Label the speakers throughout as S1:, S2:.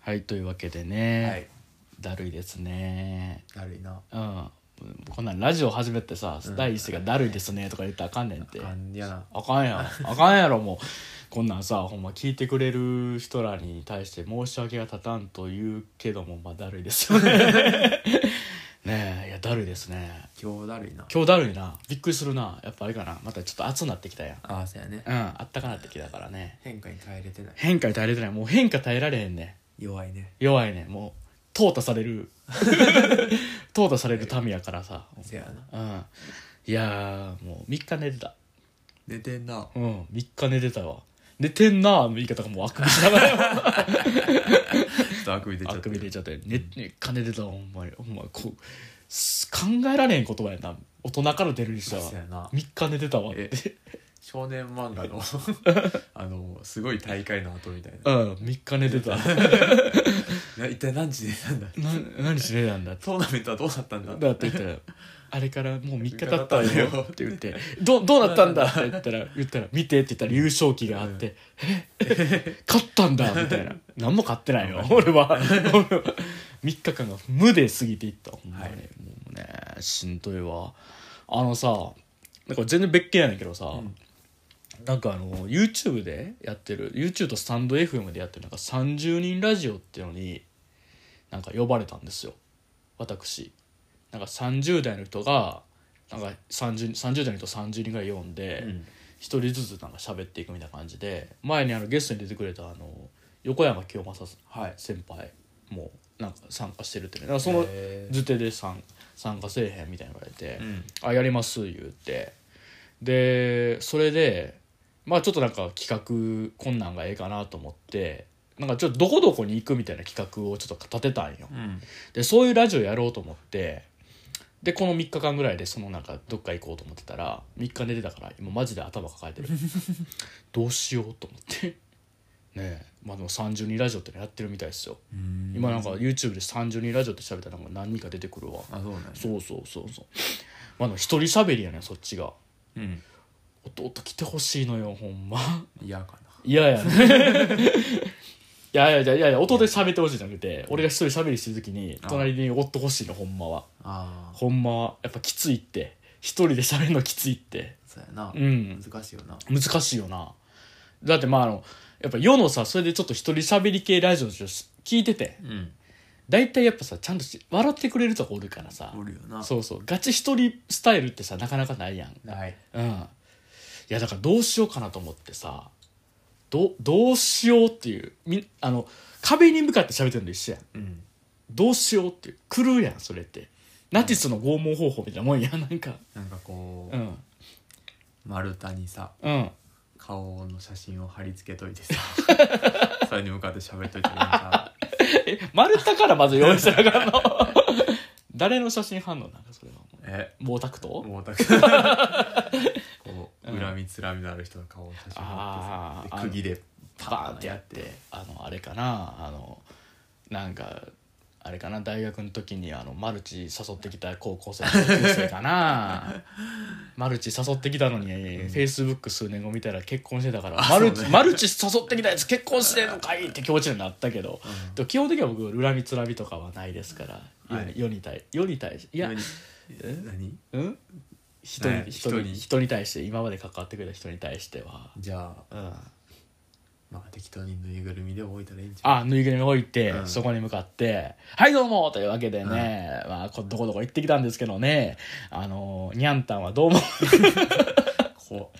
S1: はいというわけでね、
S2: はい
S1: だるいですね
S2: だるいな
S1: うんこんなんラジオ始めてさ、
S2: うん
S1: 第一声が「だるいですね」とか言ったらあかんねんって
S2: あんやな
S1: あかんやろあかんやろもうこんなんさほんま聞いてくれる人らに対して申し訳が立たんと言うけどもまあだるいですよ ねねえいやだるいですね
S2: 今日だるいな
S1: 今日だるいなびっくりするなやっぱあれかなまたちょっと暑なってきたやん
S2: ああそうやね
S1: うんあったかなってきたからね
S2: 変化に耐えれてない
S1: 変化に耐えれてないもう変化耐えられへんね
S2: 弱いね
S1: 弱いねもう淘汰され る淘汰される民やからさ
S2: せやな
S1: うんいやーもう3日寝てた
S2: 寝てんな
S1: うん3日寝てたわ寝てんなーの言い方がもうあくびしながら
S2: ちょっとあくび出ちゃ
S1: あ
S2: っ
S1: く
S2: た
S1: び出ちゃって寝寝か寝てたわほんまにほんまこうす考えられへん言葉やな大人から出るにしては
S2: そうやな
S1: 3日寝てたわって
S2: え少年漫画の あのすごい大会の後みたいな
S1: うん3日寝て た
S2: な一体何時で寝たんだ
S1: な何し寝たんだって
S2: トーナメントはどうなったんだ
S1: だって言ったら「 あれからもう3日経ったよ」って言って「どどうなったんだ?」って言ったら言ったら「見て」って言ったら優勝旗があって「え勝ったんだ」みたいな何も勝ってないよ俺 は3日間が無で過ぎていったほんまに、
S2: はい
S1: もうねしんどいわあのさなんか全然別件やねんけどさ、
S2: ん
S1: なんかあの YouTube でやってる YouTube とスタンド FM でやってるなんか30人ラジオっていうのになんか呼ばれたんですよ私なんか30代の人がなんか 30, 30代の人30人ぐらい呼んで
S2: うん
S1: 一、人ずつなんか喋っていくみたいな感じで前にあのゲストに出てくれたあの横山清正
S2: はい
S1: 先輩もなんか参加してるってねだからその
S2: へー
S1: 図手で参参加せえへんみたいに言われて。
S2: うん
S1: あやります言うてでそれでまあちょっとなんか企画こんなんがええかなと思ってなんかちょっとどこどこに行くみたいな企画をちょっと立てたんよ
S2: うん
S1: でそういうラジオやろうと思ってでこの3日間ぐらいでそのなんかどっか行こうと思ってたら3日寝てたから今マジで頭抱えてる どうしようと思ってねえまあでも32ラジオってのやってるみたいですよ今なんか YouTube で32ラジオって喋ったらなんか何人か出てくるわ
S2: あそうなんや
S1: そうそうそうそうまあでも一人喋りやねんそっちが
S2: うん
S1: 弟来てほしいのよほんま
S2: 嫌か
S1: 嫌やね いやいやいやいやいや弟で喋ってほしいじゃなくて俺が一人喋りしてる時に
S2: あ
S1: 隣におってほしいのほんまは
S2: なああ
S1: ほんまはやっぱきついって一人で喋るのきついって
S2: そうやな
S1: うん
S2: 難しいよな
S1: 難しいよなだってまああのやっぱ世のさそれでちょっと一人喋り系ラジオ聞いてて
S2: うん
S1: 大体やっぱさちゃんとし笑ってくれるとこおるからさ
S2: おるよな
S1: そうそうガチ一人スタイルってさなかなかないやん
S2: ない
S1: うんいやだからどうしようかなと思ってさどどうしようっていうみあの壁に向かって喋ってるの一緒やん
S2: うん
S1: どうしようっていう狂うやんそれってナチスの拷問方法みたいなもんやんなんか
S2: なんかこ
S1: う
S2: うん丸太にさ
S1: うん
S2: 顔の写真を貼り付けといてさそれに向かって喋っといてなんか
S1: え丸太からまず用意してなかったの誰の写真反応なんかそれは
S2: え
S1: 毛沢東
S2: もう たくこう
S1: うん
S2: 恨みつらみのある人の顔を写真貼って
S1: あー
S2: さで釘で
S1: バーンってやってあのあれかなあのなんかあれかな大学の時にあのマルチ誘ってきた高校生の同級生か なマルチ誘ってきたのに、フェイスブック数年後見たら結婚してたから
S2: あ
S1: マルチ、
S2: そうね
S1: マルチ誘ってきたやつ結婚してんのかいって気持ちになったけど、
S2: うん
S1: でも基本的には僕恨みつらみとかはないですから、世に
S2: はい
S1: 世に対世に対しいや
S2: 何何
S1: うん人に
S2: ね
S1: 人に
S2: 人に
S1: 人に対して今まで関わってくれた人に対しては、
S2: じゃあ
S1: うん、
S2: まあ適当にぬいぐるみでも置いたらいいんじゃん
S1: あぬいぐるみ置いて、
S2: うん
S1: そこに向かって「はいどうも!」というわけでね、まあ、こどこどこ行ってきたんですけどねあのにゃんたんはどう も
S2: こ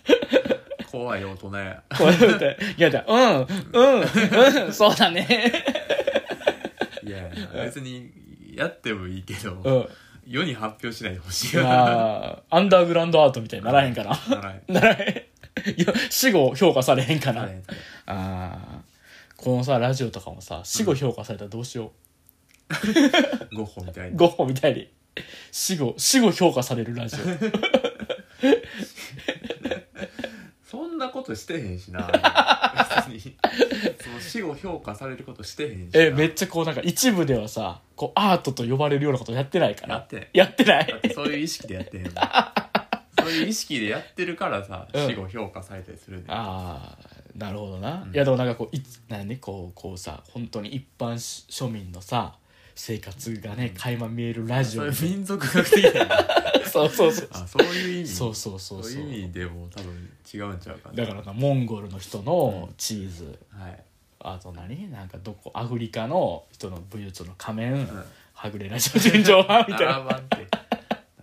S2: 怖い大人や
S1: こう言うて「にゃんたんうんうんうんそうだね
S2: いやいや別にやってもいいけ」
S1: う
S2: ど
S1: ん
S2: 世に発表しないでほしいな
S1: まあアンダーグラウンドアートみたいにならへんかな
S2: ならへん
S1: ならへんいや死後評価されへんか
S2: な
S1: な、
S2: らへん
S1: あーこのさラジオとかもさ死後評価されたらどうしよ、
S2: ゴッホみたいうに
S1: ゴッホみたいに死後死後評価されるラジオ
S2: そんなことしてへん しな別にその死後評価されることしてへんしな
S1: えめっちゃこうなんか一部ではさこうアートと呼ばれるようなことやってないから
S2: やってない
S1: やってな
S2: だっ
S1: い
S2: てそういう意識でやってへんもんそういう意識でやってるからさ
S1: うん
S2: 死後評価されたりするね
S1: ああなるほどな、
S2: うん
S1: いやでもなんかこういなん、ね、こうこうさ本当に一般し庶民のさ生活がね垣間見えるラジ
S2: そ
S1: オ
S2: れ
S1: に
S2: 民族学的だよね
S1: そうそうそう
S2: あそういう意味
S1: そうそうそう
S2: そう
S1: そう
S2: いう意味でも多分違うんちゃうかな
S1: だからなモンゴルの人のチーズ、
S2: はい、
S1: あと何なんかどこアフリカの人の武術の仮面、
S2: うん、
S1: はぐれラジオ純情派みたい
S2: ラ
S1: な
S2: ーバンって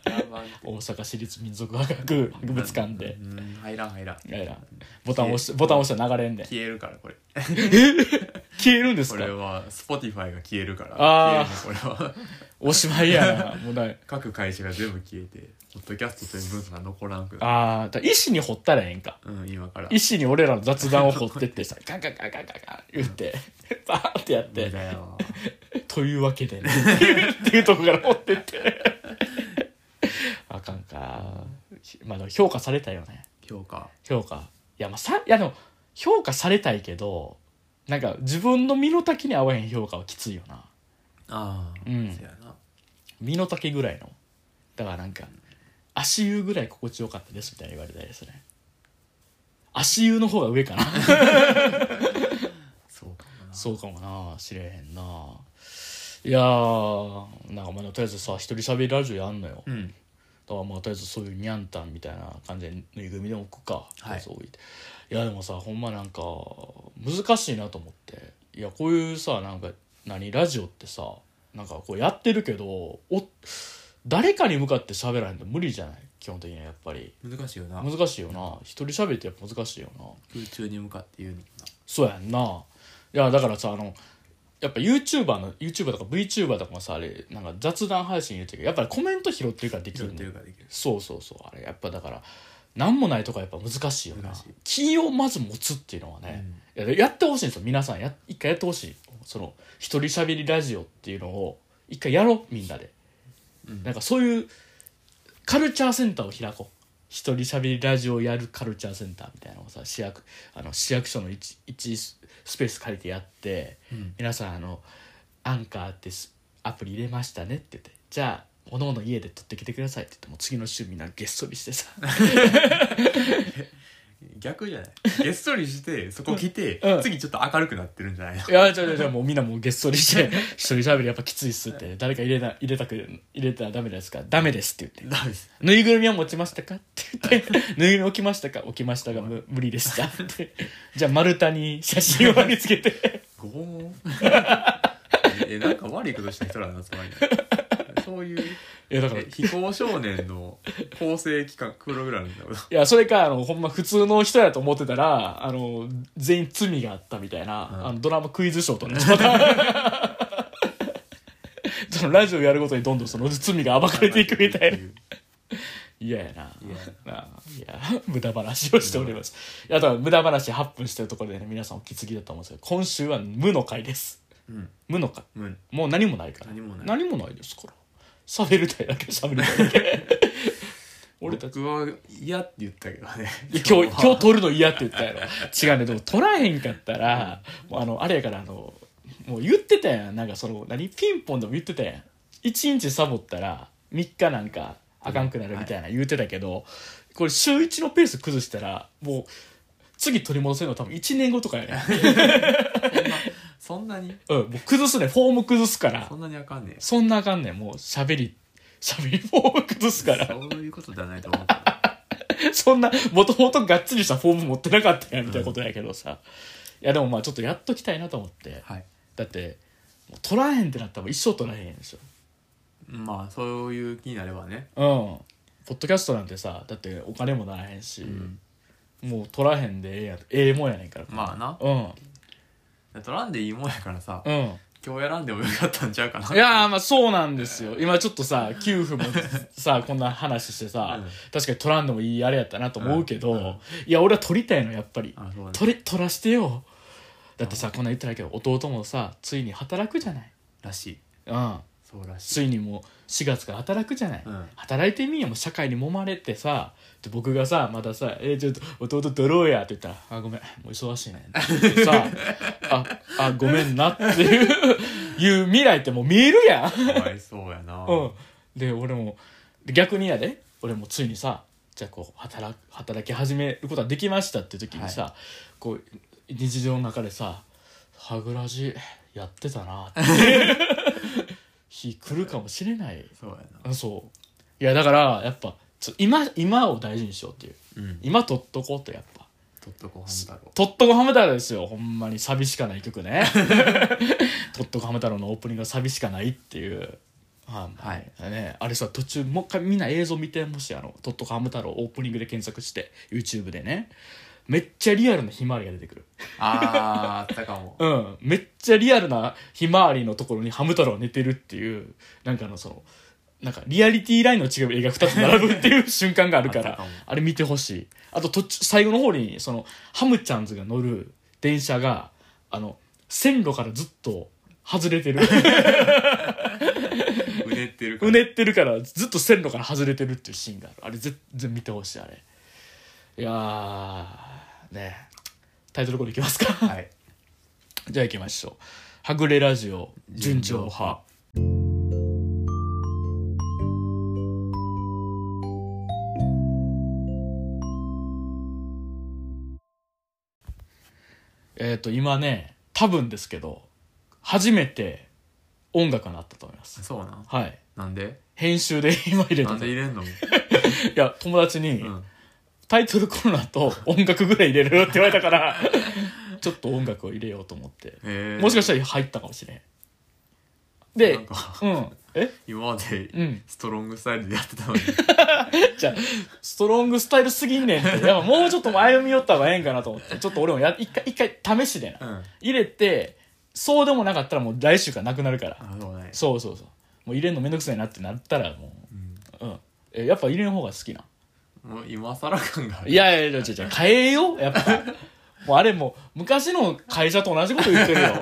S2: ラーバンって
S1: 大阪市立民族科学博物館で
S2: うん入らん入らん
S1: いやいやボタン押しボタン押したら流れんで
S2: 消えるからこれ
S1: 消えるんです
S2: こ
S1: か
S2: れは Spotify が消えるから
S1: あー
S2: 消えるのこれは
S1: おしまい やなもうだい
S2: 各会社が全部消えてポッドキャストという文化が残らんくなる
S1: ああだから石に掘ったらええんか
S2: うん今から
S1: 石に俺らの雑談を掘ってって さガンガンガンガンガンガン言って バーってやっ
S2: 無
S1: て
S2: 駄やわ
S1: というわけで ねっていうとこから持ってってあかんかまあでも評価されたよね
S2: 評価
S1: 評価いやまあさいやでも評価されたいけどなんか自分の身の丈に合わへん評価はきついよな
S2: ああ
S1: うん
S2: そやな
S1: 身の丈ぐらいのだからなんか足湯ぐらい心地よかったですみたいに言われたりですね足湯の方が上かな
S2: そうかもな
S1: そうかもな知れへんないやーなんかまあとりあえずさ一人喋りラジオやんのよ
S2: うん
S1: だからまあとりあえずそういうニャンタンみたいな感じでぬいぐるみでも置くか、
S2: はい
S1: そう置いていやでもさほんまなんか難しいなと思っていやこういうさなんか何ラジオってさなんかこうやってるけどお誰かに向かって喋らへんと無理じゃない基本的にはやっぱり
S2: 難しいよな
S1: 難しいよな一人喋ってやっぱ難しいよな
S2: 空中に向かって言うのも
S1: そうやんないやだからさあのやっぱ YouTuber の YouTuber とか VTuber とかもさあれなんか雑談配信言うてるけどやっぱりコメント拾ってるからできる
S2: なやっ
S1: ん
S2: て
S1: だよ
S2: るからできる
S1: そうそうそうあれやっぱだから何もないとこはやっぱ難しいよな
S2: 難しい
S1: 気をまず持つっていうのはね、いややってほしいんですよ皆さんや一回やってほしいその一人しゃべりラジオっていうのを一回やろうみんなで、
S2: うん
S1: なんかそういうカルチャーセンターを開こう一人しゃべりラジオやるカルチャーセンターみたいなのをさ市役あの市役所の一一スペース借りてやって、
S2: うん
S1: 皆さんあのアンカーってすアプリ入れましたねって言ってじゃあおのおの家で取ってきてくださいって言ってもう次の週みんなげっそりしてさ
S2: 逆 じゃないげっそりしてそこ来て、
S1: うん
S2: 次ちょっと明るくなってるんじゃないの
S1: いやじゃあじゃあじゃあもうみんなもうげっそりして 一人喋りやっぱきついっすって誰か入れな入れたく入れたらダメですかダメですって言って
S2: ダメです
S1: ぬいぐるみは持ちましたかって言 ってぬいぐるみ置きましたか置きましたがむ無理でしたってじゃあ丸太に写真を貼り付けて
S2: 拷問えなんか悪いことした人らの集まりなのそういう
S1: いやだから
S2: え非行少年の構成期間プログラム だろ
S1: いや、それか、あの、ほんま普通の人やと思ってたら、あの、全員罪があったみたいな、
S2: うん
S1: あの、ドラマクイズショーとね、ま たそのラジオやるごとにどんどんその罪が暴かれていくみたいな。嫌やな。
S2: 嫌や
S1: なあいや、無駄話をしております。いや、だから無駄話8分してるところでね、皆さんお気づきだと思うんですけど、今週は無の回です。
S2: うん
S1: 無の回。
S2: うん
S1: もう何もないから。
S2: 何もない
S1: 何もないですから。喋りたいだけ喋りたいだけ。俺たち
S2: 僕は嫌って言ったけどね
S1: いや今日、
S2: は
S1: 今日撮るの嫌って言ったやろ。違うね、でも撮らへんかったら、もうあの、あれやから、あの、もう言ってたやん。なんかその、何ピンポンでも言ってたやん。1日サボったら、3日なんか、あかんくなるみたいな言ってたけど、これ週1のペース崩したら、もう、次取り戻せるの多分1年後とかやね。
S2: そんなに
S1: うん、もう崩すね。フォーム崩すから
S2: そ。んなにあかんねん
S1: そんなあかんねん。もう喋り、喋りフォーム崩すから。
S2: そういうことじゃないと思うけ ど
S1: そんな、もともとがっつりしたフォーム持ってなかったやんみたいなことやけどさ。いや、でもまあちょっとやっときたいなと思って。
S2: はい
S1: だって、もう取らへんってなったらもう一生取らへんでしょ。
S2: まあそういう気になればね
S1: うん。ポッドキャストなんてさ、だってお金もならへんし、
S2: ん
S1: もう取らへんでええやんええもんやねんから。
S2: まあな
S1: うん。
S2: 取らんでいいもんやからさ
S1: うん。
S2: 今日やらんでもよかったんちゃうかない
S1: やーまあそうなんですよ今ちょっとさ給付も さこんな話してさ、
S2: うん
S1: 確かに取らんでもいいあれやったなと思うけど、
S2: うんうん
S1: いや俺は取りたいのやっぱり
S2: あそうね
S1: 取れ取らしてよだってさこんな言ってないけど弟もさついに働くじゃない、
S2: らしい
S1: うん、
S2: そうらしい
S1: ついにもう4月から働くじゃない、
S2: うん
S1: 働いてみんよもう社会に揉まれてさで僕がさまたさ「えーちょっと弟取ろうや」って言ったら「あごめんもう忙しいね」ってさ「ああごめんな」っていういう未来ってもう見えるやん
S2: かわいそうやな
S1: うん、で俺もで逆にやで俺もついにさじゃあこう働く働き始めることができましたっていう時にさ、こう日常の中でさ「はぐらじやってたな」 って日来るかもしれない
S2: そうやな
S1: あそういやだからやっぱちょ今今を大事にしようっていう
S2: うん
S1: 今取っとこうとやっぱ
S2: とっとこハム太郎
S1: とっとこハム太郎ですよほんまにサビしかない曲 ね「とっとこハム太郎」のオープニングはサビしかないっていうはい、
S2: はい
S1: ね、あれさ途中もう一回みんな映像見てもしあの「とっとこハム太郎」オープニングで検索して YouTube でねめっちゃリアルなひまわりが出てくる
S2: あーあったかも
S1: うんめっちゃリアルなひまわりのところにハム太郎寝てるっていうなんかあのそのなんかリアリティラインの違う映画2つ並ぶっていう瞬間があるか
S2: あっ
S1: ら
S2: たかも
S1: あれ見てほしいあと途中最後の方にそのハムちゃんズが乗る電車があの線路からずっと外れてる
S2: うねってるか
S1: う
S2: ら
S1: ねってるからずっと線路から外れてるっていうシーンがあるあれ全然見てほしいあれいやーねタイトルコールいきますか
S2: はい
S1: じゃあ行きましょう。はぐれラジオ純情派。えっ、と今ね多分ですけど初めて音楽になったと思います。
S2: そうなん
S1: はい。
S2: なんで
S1: 編集で今入れ
S2: な
S1: た
S2: んで入れんの、う
S1: いや友達に、
S2: ん、
S1: タイトルコーナーと音楽ぐらい入れるよって言われたから ちょっと音楽を入れようと思って
S2: えー、
S1: もしか
S2: し
S1: したら入ったかもしれん。
S2: な
S1: で
S2: ん、か
S1: うん。え
S2: 今ま
S1: う
S2: で
S1: ん。
S2: ストロングスタイルでやってたのに
S1: じゃあストロングスタイルすぎんね んって。やっぱもうちょっと歩み寄った方がええんかなと思って。ちょっと俺もや、一回、一回試しでな
S2: う。ん
S1: 入れて、そうでもなかったらもう来週からなくなるから。
S2: あそうね
S1: そうそうそう。もう入れんのめんどくさいなってなったらもう、うん。え、やっぱ入れん方が好きな。
S2: うんもう今更感がある
S1: いやいやいや、違う違う変えよう。やっぱ。 もうあれもう昔の会社と同じこと言 ってるよ。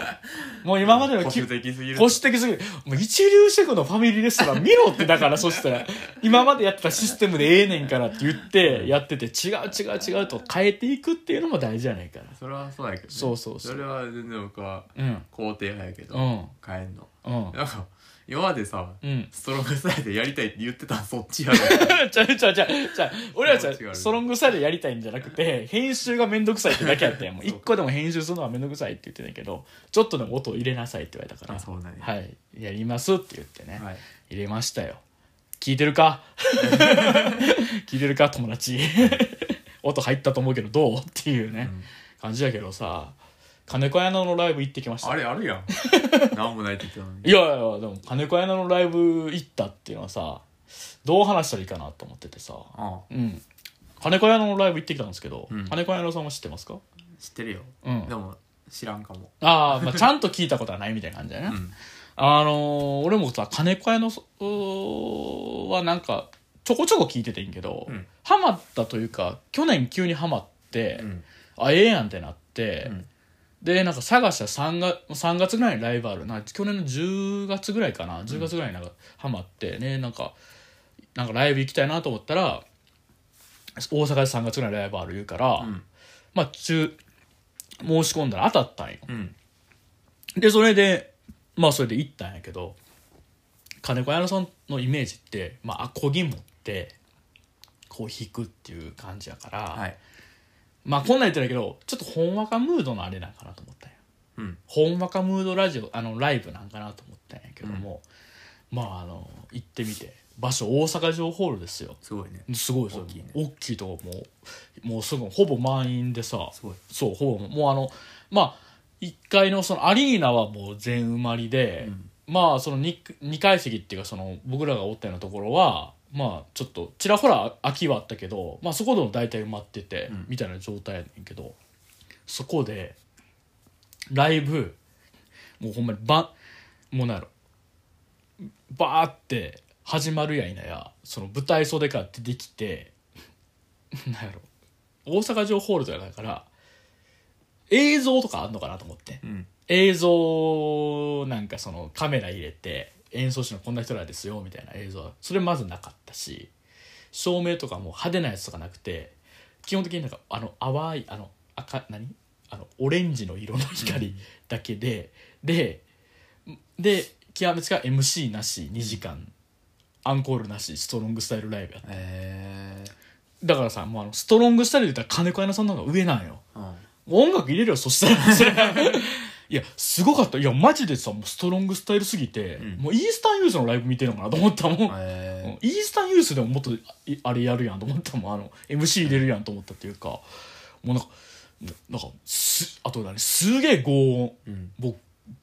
S1: もう今までの
S2: 保
S1: き
S2: 守的すぎる
S1: 保守的すぎる。もう一流シェフのファミリーレストラン見ろってだから、そしたら、今までやってたシステムでええねんからって言って、やってて、違う違う違うと変えていくっていうのも大事じゃないから。
S2: それはそうやけど、ね、
S1: そうそうそう
S2: れは全然僕は
S1: うん。
S2: 肯定派やけど、
S1: うん。
S2: 変えんの
S1: うん。
S2: なんか今までさ、
S1: うん。
S2: ストロングスタイルでやりたいって言ってたんそっ ちやろ
S1: ちゃうちゃうちゃうちゃう俺はちゃう
S2: 違う違う
S1: ストロングスタイルでやりたいんじゃなくて編集がめんどくさいってだけや ったんやもう
S2: そう
S1: 一個でも編集するのはめんどくさいって言ってたけどちょっとでも音を入れなさいって言われたから
S2: あそうなんや
S1: はいやりますって言ってね、
S2: はい
S1: 入れましたよ聞いてる か聞いてるか友達音入ったと思うけどどうっていうね、
S2: ん
S1: 感じやけどさ金子屋のライブ行ってきました
S2: あれあるやんなんもないって言ってたの に
S1: いやいやでも金子屋のライブ行ったっていうのはさどう話したらいいかなと思っててさ
S2: あ
S1: うん金子屋のライブ行ってきたんですけど、
S2: うん
S1: 金子屋のさんは知ってますか
S2: あ知ってるよ、
S1: うん
S2: でも知らんかも
S1: あー、まあちゃんと聞いたことはないみたいな感じだね、
S2: うん
S1: あのー俺もさ金子屋のそうーはなんかちょこちょこ聞いててんけど、
S2: うん
S1: ハマったというか去年急にハマって、
S2: うん
S1: あええやんってなって、
S2: うん
S1: でなんか探したら3月三月ぐらいにライブあるな去年の10月ぐらいかな10月ぐらいになんかハマってねなんかなんかライブ行きたいなと思ったら大阪で3月ぐらいにライブある言うから、
S2: うん
S1: まあ中申し込んだら当たったんよ
S2: うん
S1: でそれでまあそれで行ったんやけど金子屋さんのイメージってまあアコギ持ってこう弾くっていう感じやから、
S2: はい
S1: まあこんなん言ってないけどちょっとほんわかムードのあれなんかなと思ったんや
S2: うん
S1: ほんわかムードラジオあのライブなんかなと思ったんやけども、まああの行ってみて場所大阪城ホールですよ
S2: すごいね
S1: すごいですよ
S2: 大きいね
S1: 大きいとこもうもうすぐほぼ満員でさ
S2: すごい
S1: そうほぼもうあのまあ1階のそのアリーナはもう全埋まりで、
S2: うん
S1: まあその 2, 二階席っていうかその僕らがおったようなところはまあちょっとちらほら空きはあったけど、まあ、そこでも大体埋まってて、
S2: うん
S1: みたいな状態やねんけどそこでライブもうほんまにばもうなんやろバーって始まるやいなやその舞台袖から出てきてなんやろ大阪城ホールとかだから映像とかあんのかなと思って
S2: うん
S1: 映像なんかそのカメラ入れて演奏者のこんな人らですよみたいな映像はそれまずなかったし照明とかも派手なやつとかなくて基本的になんかあの淡いあの赤何あのオレンジの色の光だけで、でで極めつけは MC なし2時間アンコールなしストロングスタイルライブやった
S2: え
S1: だからさもうあのストロングスタイルで言ったら金子屋さんの方が上なんよ
S2: ー、うん
S1: 音楽入れるよそしたら それいやすごかったいやマジでさもうストロングスタイルすぎて、
S2: うん
S1: もうイースタンユースのライブ見てるのかなと思ったもん、
S2: え
S1: イースタンユースでももっといあれやるやんと思ったもんあの MC 入れるやんと思ったっていうかもうなんかななんかすあと何すげえ轟音
S2: ーうん
S1: もう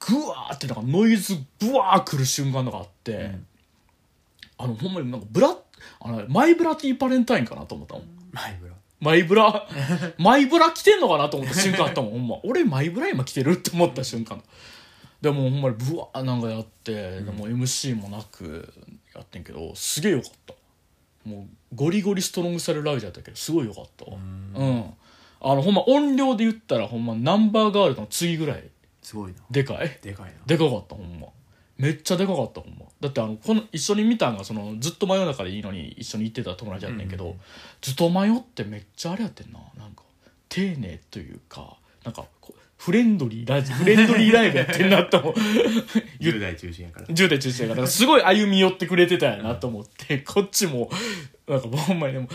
S1: グワーってなんかノイズブワー来る瞬間とかあって、
S2: ん
S1: あのほんまになんかブラあのマイブラティーパレンタインかなと思ったもん
S2: マイブラ
S1: マイブラマイブラ着てんのかなと思った瞬間あったもんほんま俺マイブラ今着てるって思った瞬間でもほんまにブワーなんかやって、でも MC もなくやってんけどすげえよかったもうゴリゴリストロングスタイルライジャーだったけどすごいよかったわ
S2: ん
S1: うんあのほんま音量で言ったらほんまナンバーガールの次ぐらい
S2: すごいな
S1: でかい
S2: でかい
S1: でかかったほんまめっちゃでかかったほんまだってあのこの一緒に見たんがそのずっと真夜中でいいのに一緒に行ってた友達やってんけど、
S2: うんうんうん
S1: ずっと迷ってめっちゃあれやってんななんか丁寧というかなんかこうフレンドリーラジフレンドリーライブやってんなと思う
S2: な10代中心やから
S1: 10代中心やからすごい歩み寄ってくれてたんやなと思って こっちもなんかほんまにでも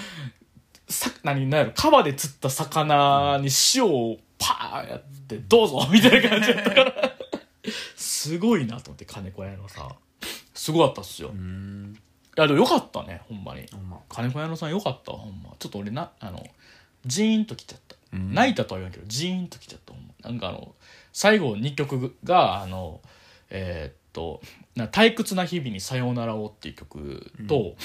S1: さ何なんやろ川で釣った魚に塩をパーンやって「どうぞ」みたいな感じだったからすごいなと思って金子屋のさすごかったっすよ、
S2: う
S1: い
S2: ん
S1: やでもよかったねほんまに
S2: ほんま
S1: 金子屋のさんよかったわほんまちょっと俺なあのジーンときちゃった
S2: うん
S1: 泣いたとは言わんけどジーンときちゃったほんまなんかあの最後2曲があのえーっとな「退屈な日々にさようならを」っていう曲と、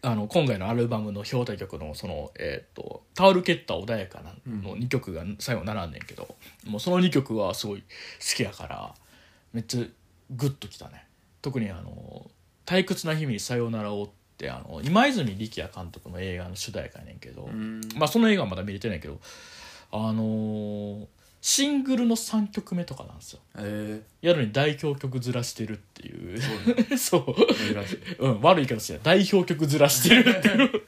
S1: あの今回のアルバムの表題曲のその、えーっと「タオル蹴った穏やかな」の2曲が最後並んでんけど、もうその2曲はすごい好きやからめっちゃグッときたね特にあの「退屈な日々にさようならを」ってあの今泉力也監督の映画の主題歌やねんけど、
S2: うん
S1: まあ、その映画はまだ見れてないけど、あのーシングルの3曲目とかなんですよ。
S2: え
S1: やのに代表曲ずらしてるっていう
S2: えそうね
S1: そう、
S2: 珍しい
S1: うん、悪い言い方して代表曲ずらしてるって いう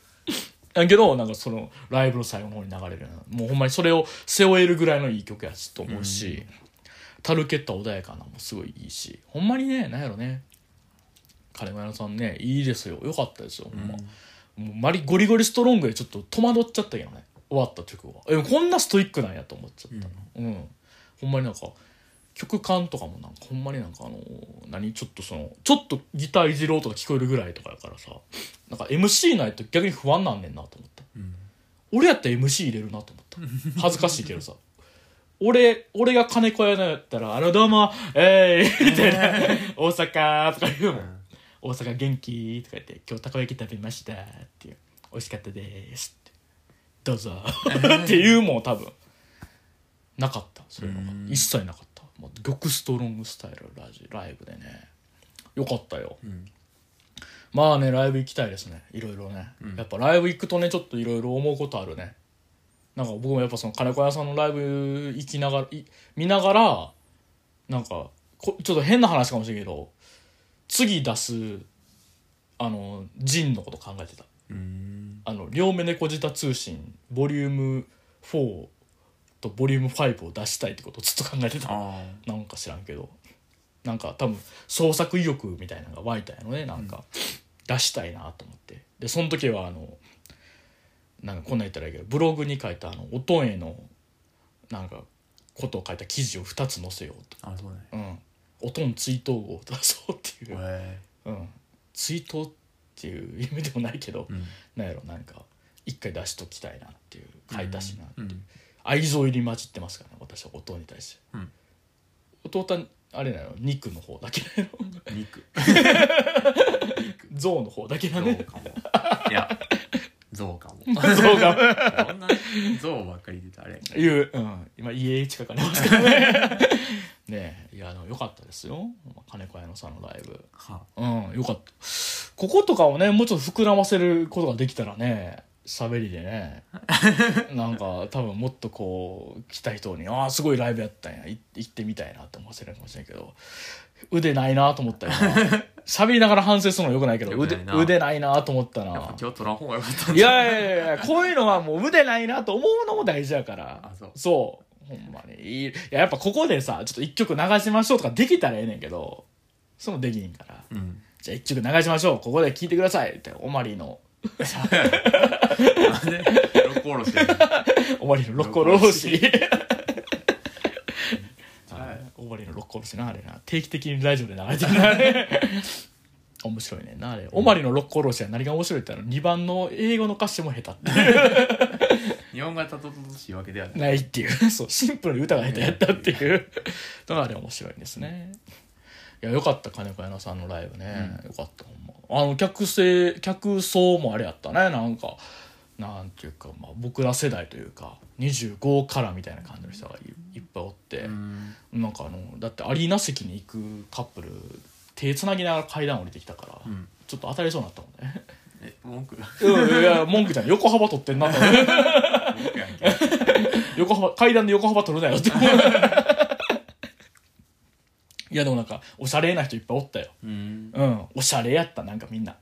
S1: だけどなんかそのライブの最後の方に流れるようなもうほんまにそれを背負えるぐらいのいい曲やしと思うし「たるけった穏やかな」もすごいいいしほんまにねなんやろね金村さんねいいですよよかったですよほんま、もうマリゴリゴリストロングでちょっと戸惑っちゃったけどね終わった直後はえこんなストイックなんやと思っちゃったうん、ほんまになんか曲感とかもなんかほんまになんかあのー何ちょっとそのちょっとギターいじろうとか聞こえるぐらいとかやからさなんか MC ないと逆に不安なんねんなと思った
S2: うん
S1: 俺やったら MC 入れるなと思った恥ずかしいけどさ俺俺が金子屋のやったら「あのどうもえーい」みたいな「大阪」とか言うもん大阪元気とか言って「今日たこ焼き食べました」っていう「美味しかったです」って「どうぞ」 っていうもん多分なかったそういうのが
S2: うん
S1: 一切なかったもう玉ストロングスタイルラジライブでねよかったよ
S2: うん
S1: まあねライブ行きたいですねいろいろね、
S2: うん
S1: やっぱライブ行くとねちょっといろいろ思うことあるねなんか僕もやっぱその金子屋さんのライブ行きながらい見ながらなんかこちょっと変な話かもしれんけど次出すあのジンのこと考えてた
S2: うん
S1: あの両目猫舌通信ボリューム4とボリューム5を出したいってことをずっと考えてた
S2: あ
S1: なんか知らんけどなんか多分創作意欲みたいなのが湧いたんやろねなんか、出したいなと思ってでその時はあのなんかこんなん言ったらいいけどブログに書いたあの音へのなんかことを書いた記事を2つ載せようと、
S2: ああそうね
S1: うん、音の追悼号を出そうっていう、
S2: え
S1: うん、追悼っていう意味でもないけど、
S2: えうん
S1: なんやろなんか一回出しときたいなっていう書いたしなっていう
S2: うん
S1: 愛憎入り混じってますからね私は音に対して。
S2: うん
S1: 弟はあれなの肉の方だけなの
S2: 肉
S1: 象の方だけな
S2: ゾウ
S1: の
S2: かもいやゾウか も
S1: 象が
S2: こんなゾウばっかり出てあれ
S1: いう、うん、今家近くにありますからね ねえいやあのよかったですよ金子屋のさんのライブ
S2: は
S1: うんよかったこことかをねもうちょっと膨らませることができたらね喋りで ねなんか多分もっとこう来た人に「ああすごいライブやったんやい行ってみたいな」って思わせるかもしれんけど腕ないなと思ったよな 喋りながら反省するのよくないけど
S2: 良く
S1: 腕
S2: ないな
S1: 腕ないなと思ったな
S2: やっぱ今日取らん方がよかった
S1: いやいやいやいやこういうのはもう無でないなと思うのも大事やから
S2: あそ
S1: ほ
S2: う
S1: んまにいいいややっぱここでさちょっと一曲流しましょうとかできたらええねんけどそのできひんから
S2: うん
S1: じゃあ一曲流しましょうここで聴いてくださいってオマリーの
S2: なんでロックおろしてる
S1: 終わりの六甲おろし
S2: はい
S1: 終わりの六甲おろしなあれな定期的にラジオで流れてくるな面白いねんなあれ「おまりの六甲おろし」は何が面白いって言ったら2番の英語の歌詞も下手っていう
S2: 日本語がたどたどしいわけではない
S1: ないっていう そうシンプルに歌が下手やったっていうのがあれ面白いんですねいやよかった金子屋那さんのライブね、よかったほんまあの客性客層もあれやったねなんかなんていうか、まあ、僕ら世代というか25からみたいな感じの人がいいっぱいおって、
S2: うん
S1: なんかあのだってアリーナ席に行くカップル手つなぎながら階段降りてきたから、
S2: うん
S1: ちょっと当たりそうになったもんね
S2: え文句
S1: うんいや文句じゃない横幅取ってんなと思って
S2: 文句やんけ
S1: 横幅階段で横幅取るなよっていやでもなんかおしゃれな人いっぱいおったよ
S2: うん
S1: うんおしゃれやったなんかみんな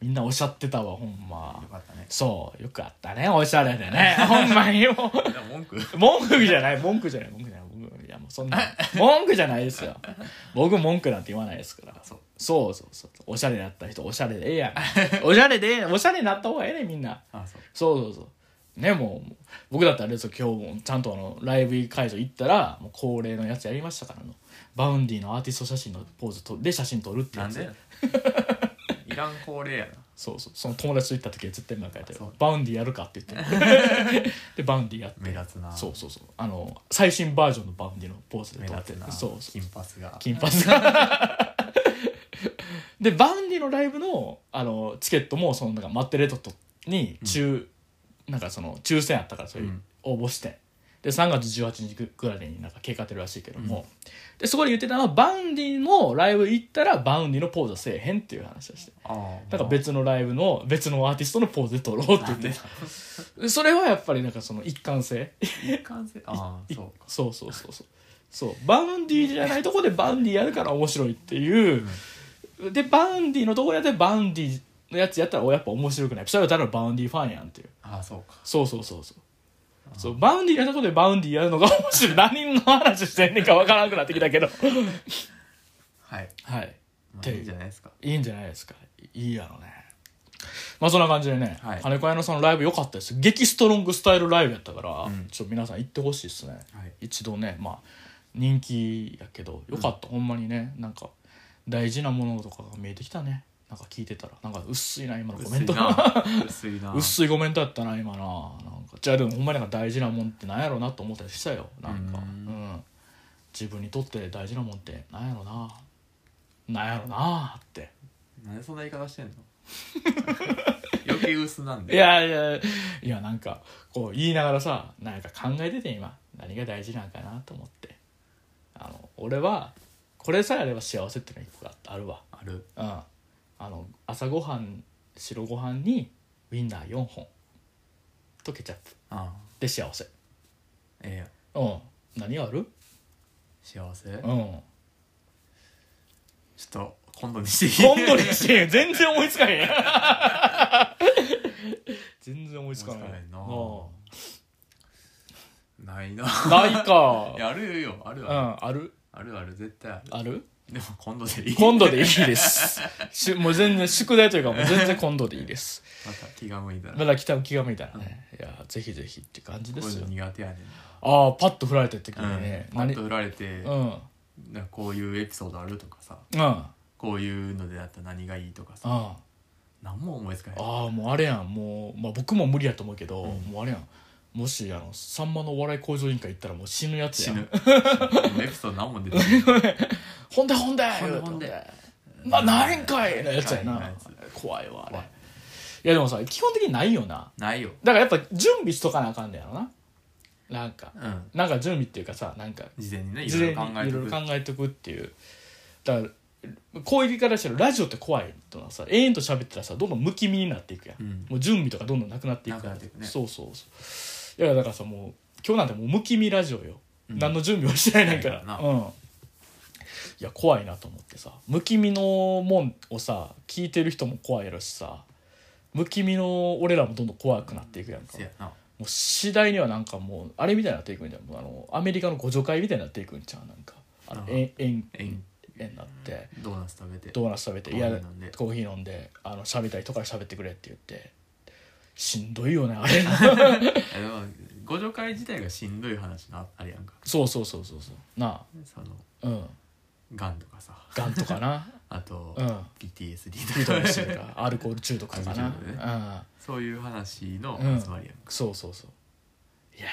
S1: みんなおしゃってたわほんま
S2: よかったね
S1: そうよくあったねおしゃれでねほんまにも
S2: でも文句
S1: う文句じゃない文句じゃない文句じゃない僕いやもうそ んな文句じゃないですよ僕文句なんて言わないですから
S2: そう
S1: そうそうそうおしゃれだった人おしゃれでええやん おしゃれでええやんおしゃれになった方がええねんみんな
S2: あそう
S1: そうそうそうねもう僕だってあれですよ今日もちゃんとあのライブ会場行ったらもう恒例のやつやりましたからあのバウンディのアーティスト写真のポーズとで写真撮るって
S2: な
S1: や
S2: ん
S1: つ
S2: でや いらん恒例やな
S1: そうそうその友達と行った時は絶対毎回やってる
S2: そう
S1: バウンディやるかって言って でバウンディやって
S2: 目立つな
S1: そうそうそうあの最新バージョンのバウンディのポーズで
S2: 目
S1: 撮って
S2: 立つな
S1: そうそう
S2: 金髪が
S1: 金 髪がでバウンディのライブのあのチケットもそのなんかマッテレトとに中、なんかその抽選あったからそういううん応募して、で3月18日ぐらいになんか結果出るらしいけども、でそこで言ってたのはバウンディのライブ行ったらバウンディのポーズはせえへんっていう話をして
S2: ああ
S1: だから別のライブの別のアーティストのポーズで撮ろうって
S2: な
S1: 言
S2: んで
S1: っ
S2: だ
S1: てそれはやっぱりなんかその一貫性
S2: 一貫性ああ
S1: い
S2: そうか
S1: そうそうそうそうそうバウンディじゃないとこでバウンディやるから面白いっていう、でバウンディのとこでやってバウンディのやつやったらおやっぱ面白くないそれはただのバウンディファンやんっていう
S2: ああそうか
S1: そうそうそうそうそうバウンディやるとこでバウンディやるのが面白い何の話してんねんかわからなくなってきたけど
S2: はい
S1: はい
S2: まあ
S1: て
S2: いいんじゃないですか
S1: いいんじゃないですかいいやろねまあそんな感じでね、
S2: はい
S1: 金子屋のさんのライブ良かったです激ストロングスタイルライブやったから、
S2: うん
S1: ちょっと皆さん行ってほしいですね、
S2: はい
S1: 一度ねまあ人気やけどよかった、ほんまにねなんか大事なものとかが見えてきたねなんか聞いてたらなんか薄いな今のコメン
S2: 薄い
S1: ト
S2: な薄いな
S1: 薄いコメントやったな今ななんかじゃあでもほんまになんか大事なもんってなんやろうなと思ったりしたよなんか
S2: う
S1: うんん、自分にとって大事なもんってなんやろななんやろなって
S2: なんでそんな言い方してんの 余計薄なん
S1: い
S2: で
S1: やいやいやなんかこう言いながらさなんか考えてて今何が大事なんかなと思ってあの俺はこれさえあれば幸せっていうのが一個ああるわ
S2: ある
S1: うんあの朝ごはん白ご飯にウインナー4本とケチャップ
S2: ああ
S1: で幸せ
S2: ええやん
S1: うん何ある
S2: 幸せちょっ
S1: うん
S2: と今度にしていい
S1: 本当にしてん 全然思いつかへん全然思いつかない
S2: 思いつかへんな
S1: う
S2: ないなん
S1: ないか
S2: いやあるよある
S1: う
S2: ある
S1: んある
S2: あるある絶対ある
S1: ある
S2: でも今度でいい
S1: 今度でいい ですしもう全然宿題というかもう全然今度でいいです
S2: また気が向いたら
S1: まだ北の気が向いたらね、いやぜひぜひって感じで
S2: こうい
S1: す
S2: う
S1: よ
S2: の苦手やね
S1: ああパッと振られた時
S2: んう
S1: にね、
S2: んパッ
S1: 何
S2: と売られて
S1: うんうん
S2: なんかこういうエピソードあるとかさ
S1: あ
S2: こういうのであったら何がいいとかさ
S1: あ
S2: 何も思いつかへん
S1: ああもうあれやんもう、まあ、僕も無理やと思うけど、
S2: うん
S1: もうあれやんもしあのさんまのお笑い向上委員会行ったらもう死ぬやつ
S2: 死
S1: やん
S2: ぬもうエピソード何も出てこない
S1: ほんでほんで
S2: ほんでほんで
S1: 言うてまあないんかいのやつやな
S2: ないやつ
S1: 怖いわあれ
S2: 怖
S1: い
S2: い
S1: やでもさ基本的にないよな
S2: ないよ
S1: だからやっぱ準備しとかなあかんねやろななんか
S2: うん
S1: なんか準備っていうかさなんか
S2: 事前にねい
S1: 事
S2: ろ
S1: 前
S2: いろ考
S1: に
S2: え
S1: いろいろ考え
S2: てく
S1: とくっていうだから攻撃からしたらラジオって怖いとなさ永遠と喋ってたらさどんどんむき身になっていくやん、
S2: うん
S1: もう準備とかどんどんなくなっていくから
S2: なくなっていくね
S1: そうそうそういやだからさもう今日なんてもうむき身ラジオよ、
S2: うん
S1: 何の準備もしてないねんから
S2: してないから
S1: うんいや怖いなと思ってさむき身のもんをさ聞いてる人も怖いやろしさむき身の俺らもどんどん怖くなっていくやんか、
S2: せやな
S1: もう次第にはなんかもうあれみたいになっていくんじゃんもうあのアメリカの互助会みたいになっていくんちゃうなんかあの
S2: ああ
S1: 円円
S2: えん
S1: 円になって
S2: ドーナツ食べて
S1: ドーナツ食べて
S2: コ
S1: い
S2: ーヒ
S1: や
S2: ー飲んで
S1: コーヒー飲んであの喋りたい人から喋ってくれって言ってしんどいよねあれ
S2: いやでも互助会自体がしんどい話なあれやんか
S1: そうそうそうそうそうな
S2: その
S1: あうん
S2: がんとかさ
S1: がんとかな
S2: あと、
S1: うんフ
S2: PTSD
S1: ー
S2: と
S1: ド
S2: か
S1: ロスとかアルコール中毒とかな、
S2: アルコール中毒そういう話の
S1: うん
S2: 集まりやん
S1: うんそうそうそういや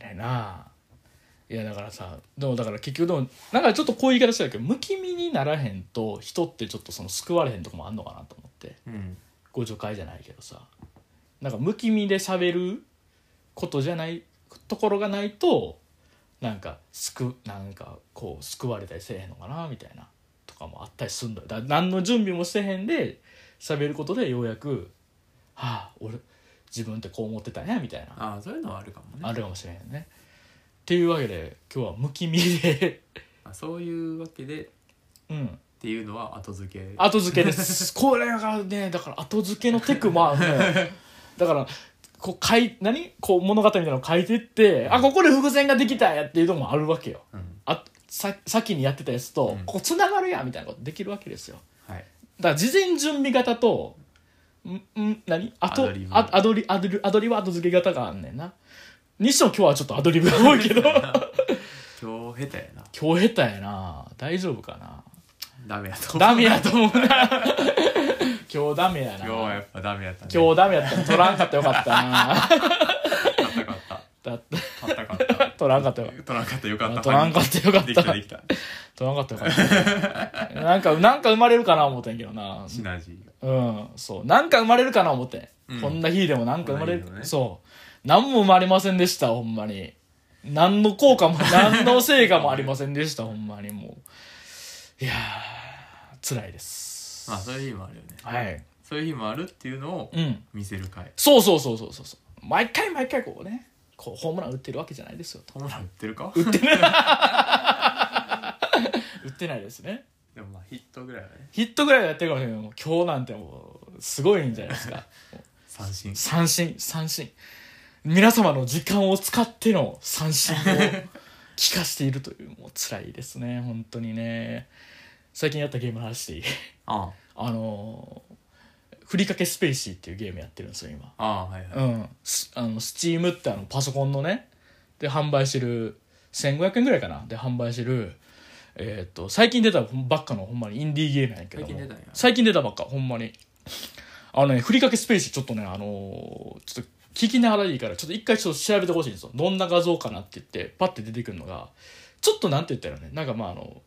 S1: ーあれないやだからさでもだから結局でもなんかちょっとこういう言い方したけどむき身にならへんと人ってちょっとその救われへんとこもあんのかなと思って
S2: か、うん、
S1: 互助会じゃないけどさなんかむき身で喋ることじゃないところがないとなんか救なんかこう救われたりせえへんのかなみたいなとかもあったりすんのよだ何の準備もしてへんで喋ることでようやく「はあ俺自分ってこう思ってたんや」みたいな
S2: ああそういうのはあるかもね
S1: あるかもしれへんね。っていうわけで今日はむき身で
S2: あそういうわけでっ
S1: うん
S2: ていうのは後付け
S1: 後付けです これがねだから後付けのテクまあねだからこう書い何こう物語みたいなの書いてってあここで伏線ができたんやっていうのもあるわけよ
S2: うん
S1: あさ先にやってたやつと、
S2: うん
S1: ここつながるやみたいなことできるわけですよ
S2: はい
S1: だから事前準備型とんん何あと
S2: アドリブ
S1: あアドリアドリアドリブ後付け型があんねんなにしても今日はちょっとアドリブが多いけ ど
S2: 今日下手やな
S1: 今日下手やな大丈夫かな
S2: ダメやと思う
S1: ダメやと思うな 今日ダメやな
S2: 今日はやっぱダメやったね
S1: 今日ダメやったら取らんかったよかった な
S2: 勝った勝った
S1: だって
S2: 勝った勝った
S1: 取らんかったよ
S2: 取らんかったよかった
S1: 取らんかったよかった
S2: できたできた
S1: 取らんかったよかったなんかなんか生まれるかな思ってんけどな
S2: シナジーが
S1: うんそうなんか生まれるかな思って、
S2: うん
S1: こんな日でもなんか生まれ
S2: こ
S1: る、
S2: んな日でもね
S1: そう何も生まれませんでしたほんまに何の効 果も何の成果もありませんでしたほんまにもういやー辛いです
S2: まあそういう日もあるよね
S1: はい
S2: そういう日もあるっていうのを
S1: うん
S2: 見せる会
S1: そうそうそうそうそうそう毎回毎回こうねこうホームラン打ってるわけじゃないですよ
S2: ホームラン打ってるか
S1: 打ってないですね
S2: でもまあヒットぐらいはね
S1: ヒットぐらいはやってるかもしれないけどもう今日なんてもうすごいんじゃないですか
S2: 三振
S1: 三振三振皆様の時間を使っての三振を聞かしているというもう辛いですね本当にね最近やったゲームの話でいい
S2: あ
S1: あのーふりかけスペーシーっていうゲームやってるんですよ今
S2: あああはいは
S1: う
S2: い
S1: ん、スあの Steam ってあのパソコンのねで販売してる1500円ぐらいかなで販売してる、えー、と最近出たばっかのほんまにインディーゲームなんやけども
S2: 最近出たんや
S1: 最近出たばっかほんまにあのねふりかけスペースちょっとねあのーちょっと聞きながらでいいからちょっと一回ちょっと調べてほしいんですよどんな画像かなって言ってパッて出てくるのがちょっとなんて言ったらねなんかまああの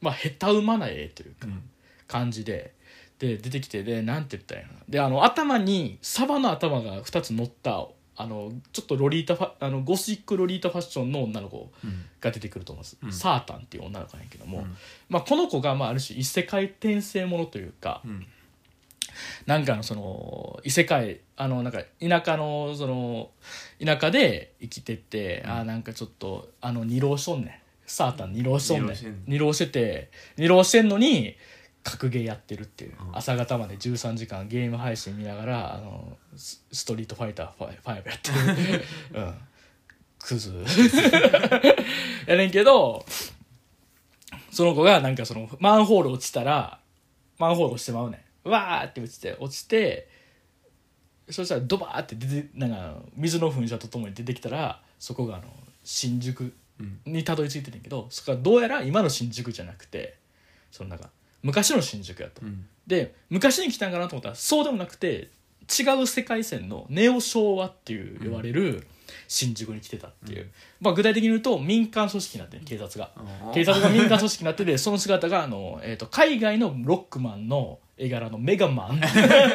S1: まあ下手うまな絵というか
S2: うん
S1: 感じでで出てきてでなんて言ったらいいのかなであの頭にサバの頭が2つ乗ったあのちょっとロリータファあのゴシックロリータファッションの女の子
S2: うん
S1: が出てくると思うんです、
S2: うん
S1: サータンっていう女の子なんやけども、
S2: うん
S1: まあ、この子がまあある種異世界転生ものというか、
S2: うん
S1: なんかのその異世界あのなんか田舎のその田舎で生きてって、
S2: うん
S1: あーなんかちょっとあの二浪しとんねんサータン二浪しとんね
S2: 二浪してん
S1: ん
S2: の
S1: 二浪してて二浪してんのに格ゲーやってるっていう、
S2: うん
S1: 朝方まで13時間ゲーム配信見ながらあのスストリートファイター5やって る、うん、クズ やねんけどその子がなんかそのマンホール落ちたらマンホール落ちてまうねんわーって落ちて落ちてそしたらドバーって出てなんか水の噴射とともに出てきたらそこがあの新宿
S2: うん
S1: にたどり着いててんけどそこはどうやら今の新宿じゃなくてそのなんか昔の新宿やと。
S2: うん
S1: で昔に来たんかなと思ったらそうでもなくて違う世界線のネオ昭和っていう言われる新宿に来てたっていう、
S2: うん
S1: まあ、具体的に言うと民間組織になってる警察が。
S2: あ あ
S1: 警察が民間組織になっててその姿があの、えー、と海外のロックマンの絵柄のメガマン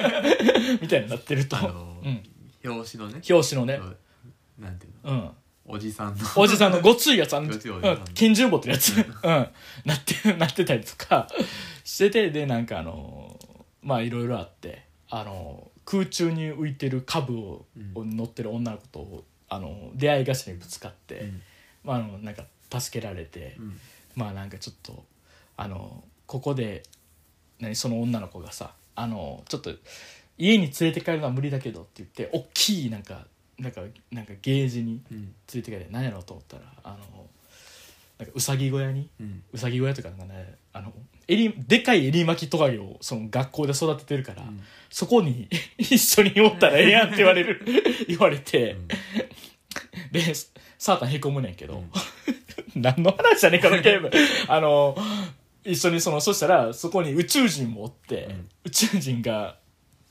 S1: みたいになってると、
S2: あの
S1: うん、
S2: 表紙のね
S1: 表紙のね、
S2: そうなんていうの
S1: うん、
S2: おじさんの
S1: おじさんのごついやつあの、う
S2: ごついおじさん
S1: ん、拳銃持ってるやつ、うん、なってなってたりとか しててでなんかあのまあいろいろあってあの空中に浮いてる株を、
S2: うん
S1: 乗ってる女の子とあの出会い頭にぶつかって、
S2: うん
S1: まあ、あのなんか助けられて、
S2: うん
S1: まあなんかちょっとあのここで何その女の子がさあのちょっと家に連れて帰るのは無理だけどって言って大きいなんかなんかなんかゲージに。
S2: うん
S1: ついてきて何やろうと思ったらあのなんかうさぎ小屋に
S2: うん
S1: うさぎ小屋というかなんかねあの襟でかい襟巻きトカゲをその学校で育ててるから、
S2: うん
S1: そこに一緒におったらええやんって言われる言われて、
S2: うん
S1: でサータンへこむねんけど、何の話じゃねんこのゲームあの一緒にそのそしたらそこに宇宙人もおって、
S2: うん
S1: 宇宙人が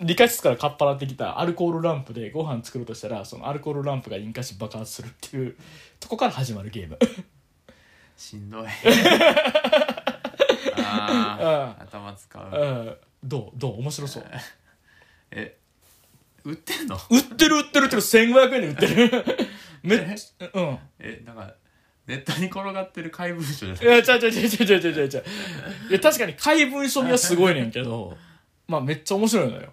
S1: 理科室からかっぱらってきたアルコールランプでご飯作ろうとしたらそのアルコールランプが引火し爆発するっていうとこから始まるゲーム
S2: しんど いあー頭使
S1: う
S2: うん
S1: どうどう面白そう
S2: え売ってんの
S1: 売ってる売ってる売ってる1500円で売って るめっちゃうん
S2: えなんかネットに転がってる怪文書じゃない
S1: いや、ちゃうちゃうちゃうちゃうちゃうちゃうちゃうちゃういや、確かに怪文書味はすごいねんけど、まあめっちゃ面白いのよ。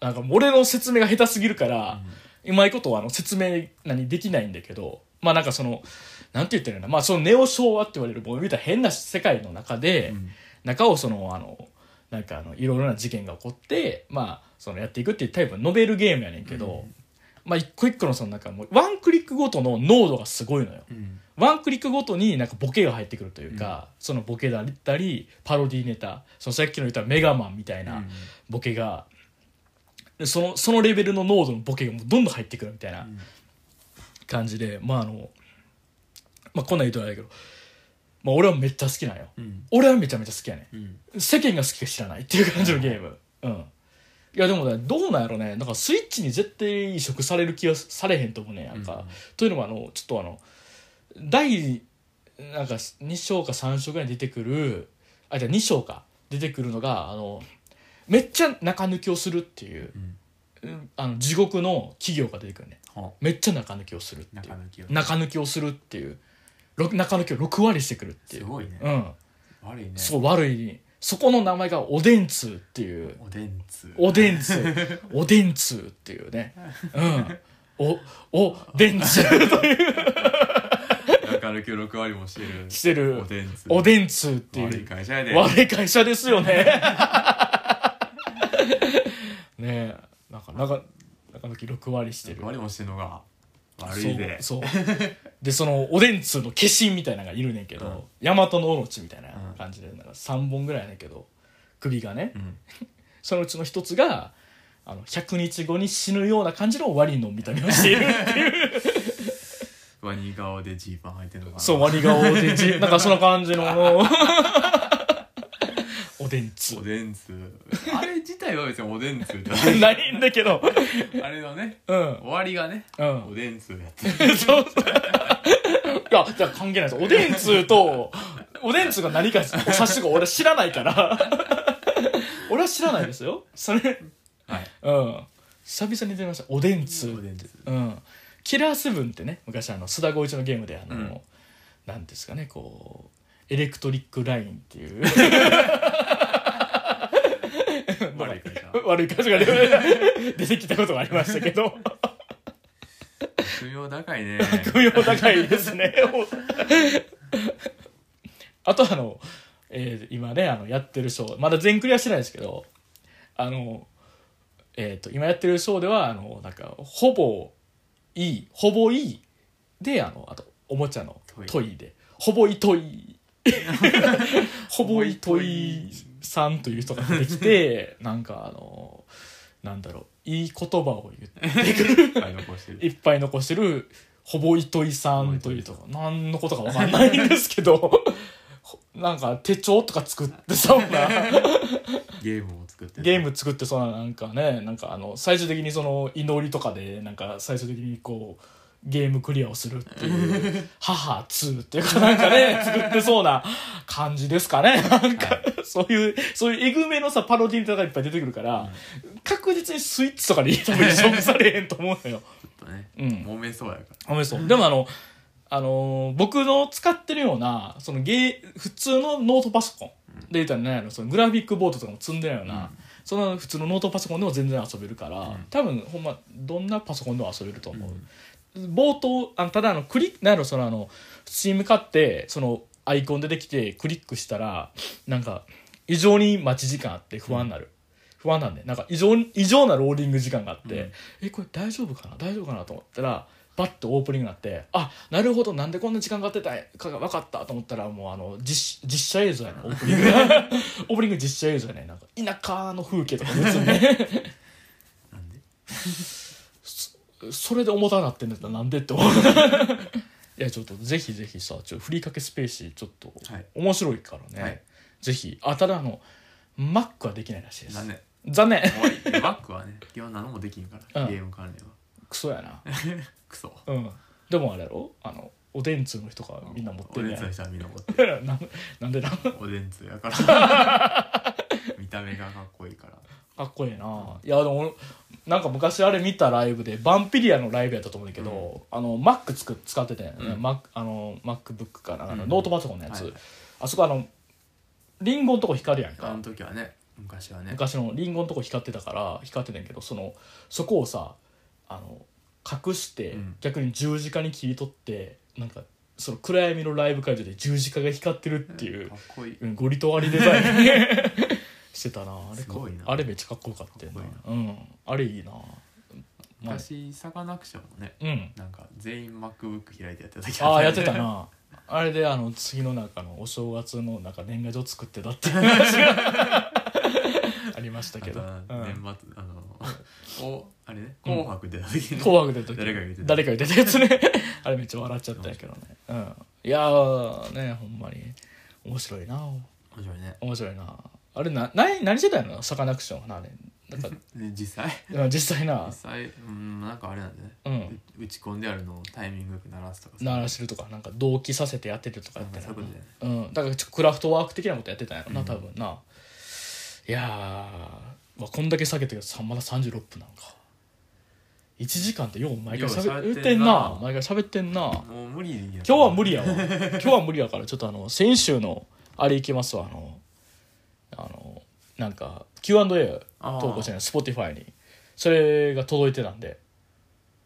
S1: なんかもう俺の説明が下手すぎるから、うまいことはあの説明何できないんだけど、まあなんかその、なんて言ってるんだまあそのネオ昭和って言われる、もう見たら変な世界の中で、
S2: うん
S1: 中をその、あの、なんかあの、いろいろな事件が起こって、まあ、そのやっていくっていうタイプのノベルゲームやねんけど、まあ一個一個のそのなんかもう、ワンクリックごとの濃度がすごいのよ。
S2: うん
S1: ワンクリックごとになんかボケが入ってくるというか、そのボケだったりパロディネタそのさっきの言ったメガマンみたいなボケが、でそのそのレベルの濃度のボケがもうどんどん入ってくるみたいな感じで、まああの、まあ、こんなん言うとあれだけど、まあ、俺はめっちゃ好きなんよ、
S2: うん
S1: 俺はめちゃめちゃ好きやね
S2: うん
S1: ん世間が好きか知らないっていう感じのゲームうんいやでもねどうなんやろねなんかスイッチに絶対移植される気はされへんと思うねんやんか、
S2: うん
S1: というのもあのちょっとあの第なんか2章か3章ぐらいに出てくるあじゃあ2章か出てくるのがあのめっちゃ中抜きをするっていう、うんあの地獄の企業が出てくるね
S2: ほ
S1: めっちゃ中抜きをするっていう
S2: 中抜きを
S1: 中抜きをするっていうろ中抜きを6割してくるってい
S2: す
S1: う、
S2: ごいね
S1: うん、
S2: 悪いね
S1: そう悪いそこの名前がおでんつうっていう
S2: おでんつ
S1: おでんつうおでんつうっていうねうんおおでんつうと
S2: 中抜きを6割もしてる
S1: してる
S2: おでんつ
S1: おでんつうって
S2: 悪
S1: い
S2: いう会社やで
S1: 悪い会社ですよねねえなんかなんか中抜き6割してる
S2: 6割もしてるのが悪いで
S1: そう そうでそのおでんつうの化身みたいなのがいるねんけど、大和のオロチみたいな感じでなんか3本ぐらいやねんけど首がね、
S2: うん
S1: そのうちの一つがあの100日後に死ぬような感じのワニの見た目をしてい る
S2: ワニ顔でジーパン履いてるのかな
S1: そうワニ顔でじなんかその感 じのあの おでんつ
S2: お
S1: う
S2: でんつあれ自体は別におでんつ
S1: ないんだけど
S2: あれのね
S1: うん
S2: 終わりがね
S1: う
S2: お
S1: ん
S2: でんつやってる
S1: そうそういやじゃあ関係ないですおでんつうとおでんつうが何かを指してるか俺知らないから俺は知らないですよそれ
S2: はい
S1: うん久々に出ましたおでんつう
S2: おでんつ
S1: うん、キラーセブンってね昔あの須田剛一のゲームであの、
S2: うん
S1: なんですかねこうエレクトリックラインっていう
S2: 悪い 会社
S1: 悪い箇所が出出てきたことがありましたけど
S2: 寿命高いね
S1: 組み高いですね あとあの、えー今ねあのやってるショーまだ全クリアしてないですけどあの、えー、と今やってるショーではあのなんかほぼいいほぼいいであのあとおもちゃの
S2: トイ
S1: トイでほぼいト イほぼいトイさんという人が出てきてなんかあのなんだろういい言葉を言って
S2: はい残してる
S1: いっぱい残してるほぼ糸井さんというとか何のことか分かんないんですけど ほなんか手帳とか作ってそうな
S2: ゲームを作ってる
S1: ゲーム作ってそうななんかねなんかあの最終的にその祈りとかでなんか最終的にこうゲームクリアをするって いう「母2」っていうかなんかね作ってそうな感じですかねなんか、そういうそういうえぐめのさパロディーとかいっぱい出てくるから、確実にスイッチとかで多分勝負されへんと思うのよ。
S2: ちょっとね
S1: うん
S2: 揉めそうやか
S1: あめそう。でもあの、あのー僕の使ってるような、そのゲー、普通のノートパソコン。で言ったらね、あのそのグラフィックボードとかも積んでないような、その普通のノートパソコンでも全然遊べるから、多分ほんま、どんなパソコンでも遊べると思う。冒頭、あのただあの、クリック、なんやろ、そのあの、スチーム買って、そのアイコン出てきてクリックしたら、なんか、異常に待ち時間あって不安になる。不安なんで、なんか異常に、異常なローディング時間があって、え、これ大丈夫かな大丈夫かなと思ったら、バッとオープニングになって、あ、なるほど、なんでこんな時間がかかってたんかが分かったと思ったら、もうあの、実、実写映像やねんオープニング。 オープニング実写映像やねんなんか、田舎の風景とか別にね。
S2: らなんで
S1: それで重たなってんだったらなんでって 思ういやちょっとぜひぜひさちょっとふりかけスペーシーちょっと
S2: はい
S1: 面白いからね、
S2: はい
S1: ぜひあただあのマックはできないらしいです
S2: 残念
S1: 残念
S2: おいマックはね 基本何もできんから、
S1: うん
S2: ゲーム関連は
S1: クソやな
S2: クソ
S1: うんでもあれやろあのおでんつの人がみんな持って
S2: お
S1: る
S2: で
S1: や
S2: んつ
S1: ん
S2: の人はみんな持ってる
S1: ななんでなか
S2: おでんつやから 見た目がかっこいいから
S1: っこいいないやでもなんか昔あれ見たライブでバンピリアのライブやったと思うんだけど、あの Mac つく使ってたんやね、
S2: うん
S1: Mac あの MacBook かなあの
S2: うん
S1: ノートパソコンのやつ、
S2: はい
S1: あそこあのリンゴのとこ光るやん
S2: あ
S1: か
S2: の時はね昔はね
S1: 昔のリンゴのとこ光ってたから光ってたんやけどそのそこをさあの隠して、
S2: うん
S1: 逆に十字架に切り取ってなんかその暗闇のライブ会場で十字架が光ってるっていう
S2: かっこいい
S1: うんゴリとありデ ザインしてたなあれ
S2: す
S1: か
S2: ごいな
S1: あれめっちゃかっこよかったよな
S2: かっ
S1: うんあれいいなまあ
S2: 昔サカナクションもね
S1: うん
S2: なんか全員 MacBook 開いてやってた時
S1: ああや
S2: る
S1: ってたなあれであの次の中のお正月のなんか年賀状作ってたっていう話が ありました
S2: あ
S1: け
S2: と
S1: ど
S2: は
S1: うん
S2: 年末あの おあれね「紅白」出た時に
S1: 紅白出た時
S2: 誰かが言ってた
S1: 誰かが言ってたやつね あれめっちゃ笑っちゃったんやけどね、うん、いやーねほんまに面白いな
S2: 面白いね
S1: 面白いなあれな何何してたんやろサカナクションなあれなんか
S2: で実際
S1: うん実際な
S2: 実際うんなんかあれなんだね
S1: うん
S2: 打ち込んであるのをタイミングよく鳴らすとか
S1: 鳴らしてるとかなんか同期させてやってるとかやっ
S2: なん
S1: て
S2: か
S1: た
S2: そういうことだよね
S1: なうん、だからちょっとクラフトワーク的なことやってたんやろな、
S2: うん
S1: 多分ないやー、まあ、こんだけ下げてさまだ36分なんか1時間ってよう毎回しゃべ
S2: よう喋
S1: っ
S2: って
S1: て
S2: んな
S1: んな毎回しゃべってんな
S2: もう無理今
S1: 今日は無理やわ今日は無理やからちょっとあの先週のあれいきますわあのあのなんか Q&A
S2: あー
S1: 投稿してない Spotify にそれが届いてたんで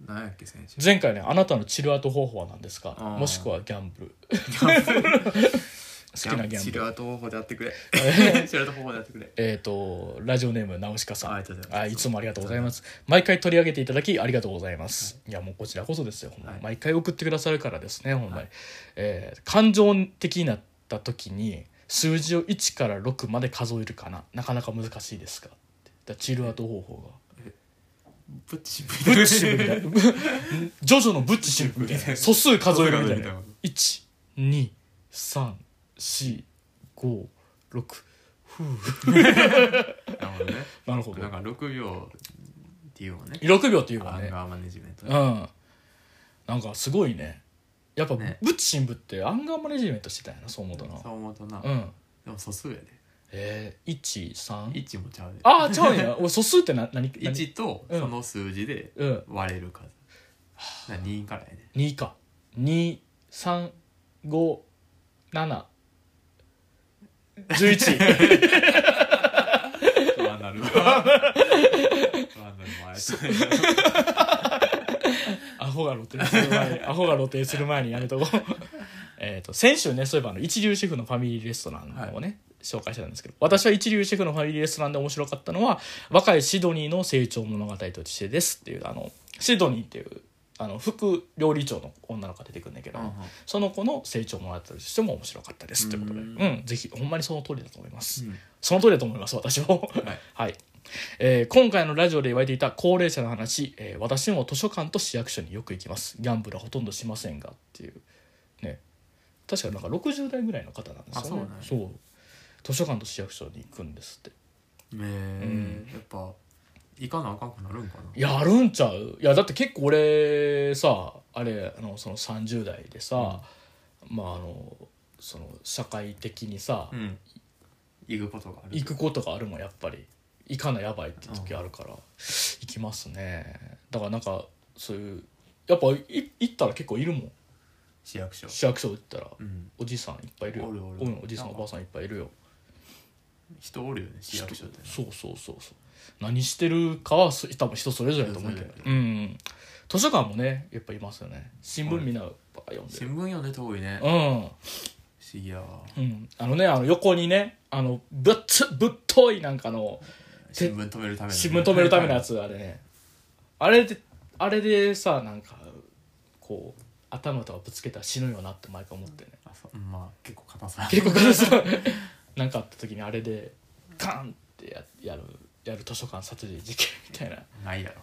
S2: 何やっけ選手
S1: 前回ねあなたのチルアウト方法は何ですか
S2: あー
S1: もしくはギャンブル 好きなギャンブ
S2: チ
S1: ル
S2: ルアウト方法でやって くれチルアウト方法でやってくれ
S1: えー、とラジオネームナウシカさん
S2: ありがとうございます
S1: あいつもありがとうございます毎回取り上げていただきありがとうございます、い、やもうこちらこそですよ、ほんま
S2: はい
S1: 毎回送ってくださるからですねほんまに、えー感情的になった時に数字を1から6まで数えるかななかなか難しいですかってだからチルアウト方法
S2: プッチ
S1: がブッチシルクみた いなジョジョのブッチシルクみたいな素数数えるみたいな一二三四五六
S2: なるほどね
S1: なるほど
S2: なんか6秒っていうのがね
S1: 6秒っていうか
S2: ア
S1: ね
S2: ンガーマネジメント
S1: うん、なんかすごいねやっぱ、
S2: ね
S1: ブッチ新聞ってアンガーマネジメントしてたんやなそう思うとな
S2: そう思うとな
S1: う
S2: で
S1: ん
S2: も素数やで
S1: えー、13
S2: 1もちゃうで
S1: ああちゃうん や俺素数ってな何何
S2: 1とその数字で
S1: うん
S2: 割れる数だから2からやね
S1: 2か235711
S2: 不安なるわ不安なるわあいつ
S1: アホが露呈する前 にアホが露呈する前にやめとこう えーと先週ねそういえばあの一流シェフのファミリーレストランをね、紹介してたんですけど私は一流シェフのファミリーレストランで面白かったのは若いシドニーの成長物語としてですっていうあのシドニーっていうあの副料理長の女の子が出てくるんだけど、
S2: うんうん
S1: その子の成長物語としても面白かったですということでう
S2: うんん
S1: ぜひほんまにその通りだと思います、
S2: うん
S1: その通りだと思います私も
S2: はい
S1: はい、 えー今回のラジオで言われていた高齢者の話、えー私も図書館と市役所によく行きますギャンブルはほとんどしませんがっていうね確かなんか60代ぐらいの方なんですよね
S2: あ
S1: そう図書館と市役所に行くんですって
S2: ねえやっぱ行かなあかんくなるんか
S1: いやあるんちゃういやだって結構俺さあれあのその30代でさ、まああのその社会的にさ、
S2: なうん行くことがある
S1: 行くことがあるもんやっぱり行かなやばいって時あるから、行きますねだからなんかそういうやっぱい行ったら結構いるもん
S2: 市役所
S1: 市役所行ったら
S2: うん
S1: おじさんいっぱいいるよ
S2: おるおる
S1: うんおじさん
S2: な
S1: お
S2: んか
S1: ばあさんいっぱいいるよ
S2: 人おるよね市役所って
S1: そうそうそうそう何してるかはす多分人それぞれだと思うけど
S2: 人それぞ
S1: うんうん図書館もねやっぱいますよね新聞みんなばっか読んで
S2: 新
S1: る
S2: 聞読んで遠いね
S1: うん
S2: 不思議やわ
S1: うん、あのねあの横にねあのぶっつぶっといなんかの
S2: 新聞止めるためのね
S1: 新聞止めるためのやつあれねあれであれでさなんかこう頭とかぶつけたら死ぬよなって毎回思ってね
S2: あそううんまあ結構硬 さ
S1: 結構からさなんかあった時にあれでカーンってややるやる図書館殺人事件みたいな
S2: ないやろ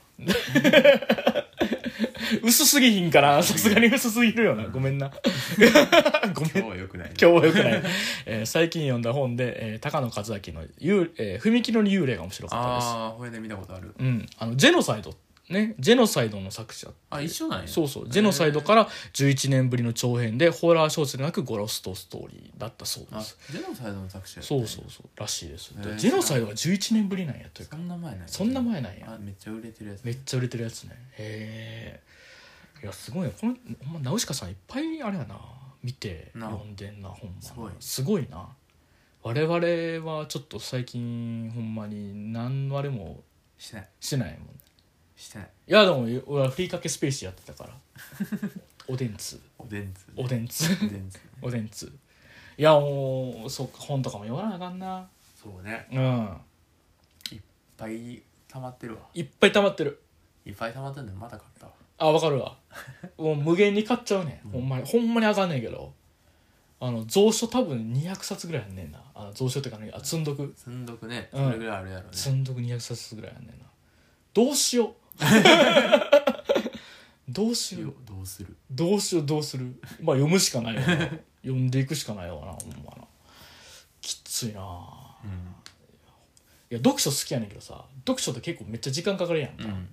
S1: 薄すぎひんかなさすがに薄すぎるよなごめんな ごめん
S2: 今日は良くないね
S1: 今日はよくない、えー最近読んだ本で、えー高野和明の幽、えー踏切の幽霊が面白かったです
S2: ああこれで見たことある
S1: うん、あのジェノサイドねジェノサイドの作者
S2: あ一緒なんや
S1: そうそうジェノサイドから11年ぶりの長編でホラー小説でなくゴロストストーリーだったそうで
S2: あ
S1: す
S2: ジェノサイドの作者やった
S1: そ
S2: んや
S1: うそうそうらしいです
S2: へー
S1: ジェノサイドが11年ぶりなんやという
S2: そ
S1: か
S2: んな前なんや
S1: そんな前なんや
S2: あめっちゃ売れてるやつ
S1: めっちゃ売れてるやつねへえいやすごいねこのほんまナウシカさんいっぱいあれやな見て
S2: なあ
S1: 読んでんなほんます
S2: ごい
S1: すごいな我々はちょっと最近ほんまに何のあれも
S2: してない
S1: してないもんね
S2: してない
S1: いやでも俺はふりかけスペースやってた からおでんつ
S2: おでんつ
S1: おでんつ
S2: おでんつ
S1: おでんついやもうそっか本とかも読まなあかんな
S2: そうね
S1: うん
S2: いっぱい溜まってるわ
S1: いっぱい溜まってる
S2: いっぱい溜まってんのまだ買ったわ
S1: あわかる わもう無限に買っちゃうね
S2: うん
S1: ほんまにほんまにあかんねんけどあの蔵書多分200冊ぐらいあんねんなあの蔵書っていうかねあ積んどく
S2: 積んどくね
S1: うん
S2: それぐらいあるやろね
S1: 積んどく200冊ぐらいあんねんなどうしよう どうしよう
S2: よどうする
S1: どうしようどうするまあ読むしかないよな読んでいくしかないよなほんまなきついなあ
S2: うん
S1: いや読書好きやねんけどさ読書って結構めっちゃ時間かかるやんか、
S2: うん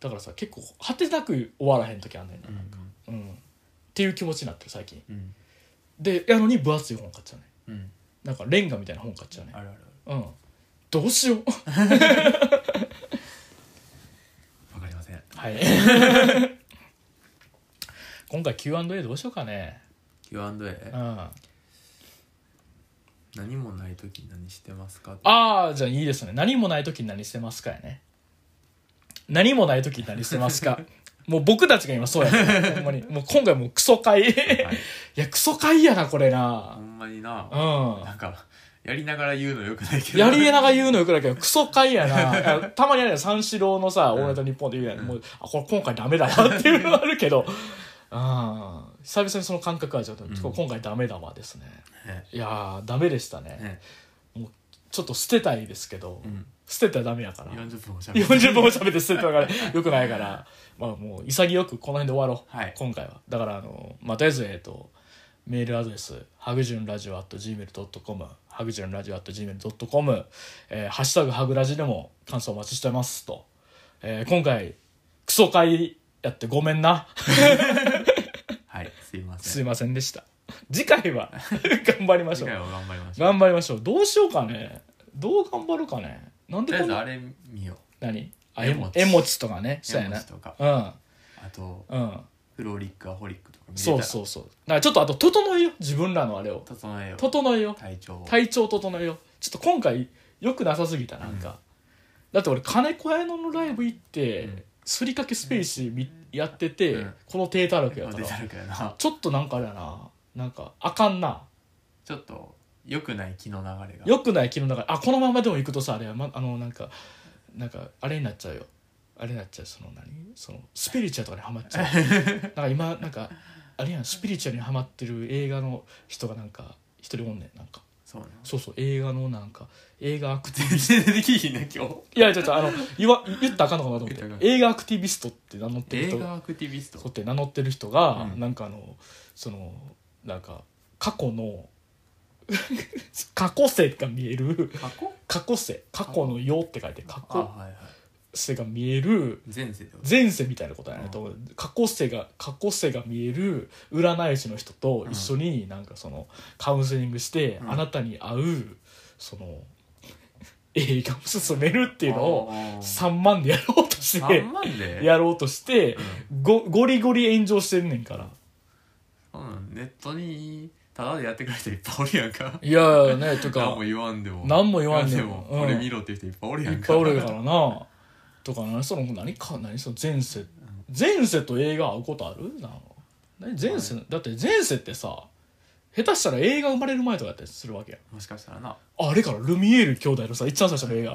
S1: だからさ結構果てなく終わらへん時あんねんな
S2: う、ん
S1: うんっていう気持ちになってる最近
S2: うん
S1: でやのに分厚い本買っちゃうね
S2: うん
S1: なんかレンガみたいな本買っちゃうね
S2: あるあるある
S1: うんどうしよう
S2: わかりません
S1: はい 今回 Q&A どうしようかね
S2: Q&A
S1: うんあ
S2: 何もない時何してますか
S1: あーじゃあいいですね何もない時に何してますかやね何もない時に何してます かもう僕たちが今そうやねほんまにもう今回もうクソ会い
S2: はい
S1: やクソ会やなこれ
S2: ほ
S1: なん
S2: まにな
S1: うん
S2: なんかやりながら言うのよくないけど
S1: やりえなが言うのよくないけど、クソ回や な。いやたまにあるよ、三四郎のさ、
S2: うん
S1: オールナイトニッポンで言うやん。
S2: うん
S1: もう、あ、これ今回ダメだわっていうのはあるけど、ああ、久々にその感覚はちょっと、
S2: ん
S1: 今回ダメだわですね。
S2: ね
S1: いやー、ダメでしたね。
S2: ね
S1: ちょっと捨てたいですけど、
S2: うん
S1: 捨てたらダメやから。
S2: 40分おしゃべり
S1: 40分も喋って捨てたから、よくないから、まあもう、潔くこの辺で終わろう。
S2: はい
S1: 今回はだからあの、まあ、とりあえずえっ、とメールアドレスハグジュンラジオ at gmail.com ハグジュンラジオ at gmail.com、えー、ハッシュタグハグラジでも感想お待ちしてますと、えー今回クソ会やってごめんな
S2: はいすいませ
S1: す
S2: ん
S1: いませんでした次回 は頑張りましょ
S2: 次
S1: う
S2: 回は頑張りましょう
S1: 頑張りましょうどうしようかねどう頑張るかねなん
S2: と
S1: で
S2: り
S1: こ
S2: あえ
S1: ん
S2: ず
S1: な
S2: あれ見よ
S1: 何あ
S2: 絵
S1: 絵
S2: 文
S1: 文
S2: 字
S1: 絵文字とかね
S2: う
S1: そうや
S2: 絵文
S1: な
S2: 字とか
S1: うん
S2: あと
S1: うん
S2: フローリックアホリックとか見れた
S1: そ
S2: ら
S1: うそうそうだからちょっとあと整えよう自分らのあれを
S2: 整えよう
S1: 整えよう
S2: 体調を
S1: 体調整えようちょっと今回良くなさすぎたなんか、だって俺金子綾乃のライブ行って、
S2: うん
S1: すりかけスペースみやってて、
S2: うん
S1: この低たらくや
S2: も
S1: か
S2: 出
S1: ら
S2: たるからな
S1: ちょっとなんかあれやななんかあかんな
S2: ちょっと良くない気の流れが
S1: 良くない気の中あこのままでも行くとさあれや、ま、あのなんかなんかあれになっちゃうよあれになっちゃうその何そのスピリチュアルとかにハマっ ちゃうなんか今なんかあれやんスピリチュアルにハマってる映画の人がなんか一人おんねんなんか
S2: そうな
S1: そうそう映画のなんか映画アクティブ
S2: 全然できひんね今日
S1: いや、ちょっとあの、言わ、言ったらあかんのかなと思
S2: 言ったら
S1: っ
S2: あ
S1: て。映画アクティビストって名乗ってる
S2: 映
S1: 人、
S2: 画アクティビス
S1: そう
S2: ト
S1: って名乗ってる人が、
S2: うん
S1: なんかあの、その、なんか、過去の、 過去世が見える、
S2: 過去
S1: 過去世、過去の世って書いて、過
S2: あ
S1: 去
S2: はいはい
S1: 世が見える、
S2: 前世で
S1: 前世みたいなことやなと、過去世が、過去世が見える占い師の人と一緒になんかその、カウンセリングして、
S2: うん
S1: あなたに合う、その、映画を進めるっていうのを、3万でやろうとして
S2: 3万で
S1: やろうとして
S2: うん
S1: ごゴリゴリ炎上してんねんから
S2: そうなんネットにただでやってくれる人いっぱいおるやんか
S1: いやねと
S2: 何も言わんでも
S1: 何も言わんでも
S2: 言
S1: うん
S2: わんでもこれ見ろっていう人いっぱいおるや
S1: いっ
S2: ん
S1: ぱ
S2: か
S1: いおるからなとか何その何か何その前世前世と映画合うことあるな何前世だって前世ってさ下手したら映画生まれる前とかやったりするわけや
S2: もしかしたらな
S1: ああれからルミエール兄弟のさ一番最初の映画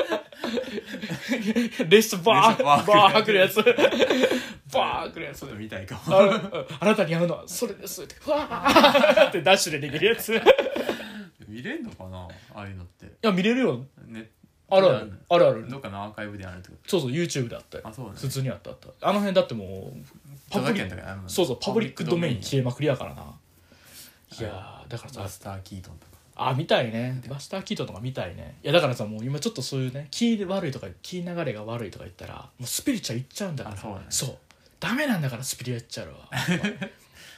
S1: 列車バーバ
S2: 列車バ
S1: ー
S2: ー
S1: 来るやつバー来るやつ
S2: ちょっと見たいかも
S1: あのあなたに会うのはそれですってわーって ダッシュで逃げるやつい
S2: 見れんのかなああいうのって
S1: や見れるよ
S2: ね
S1: あるあるあるある
S2: どっかのアーカイブであるってこ
S1: そうそう YouTube であったよ
S2: とあそうなんだ
S1: 普通にあったあったあの辺だってもうパブリ
S2: 著作権だからあるもんね
S1: そうそうパブリックドメイン消
S2: 消
S1: えまくりやからないやーだから
S2: えバ
S1: さ
S2: スター・キートンとか
S1: あ見たいねバスター・キートンとか見たいねいやだからさもう今ちょっとそういうね気で悪いとか気流れが悪いとか言ったらもうスピリチュアルいっちゃうんだから
S2: あそうだね
S1: ダメなんだからスピリチュア ルは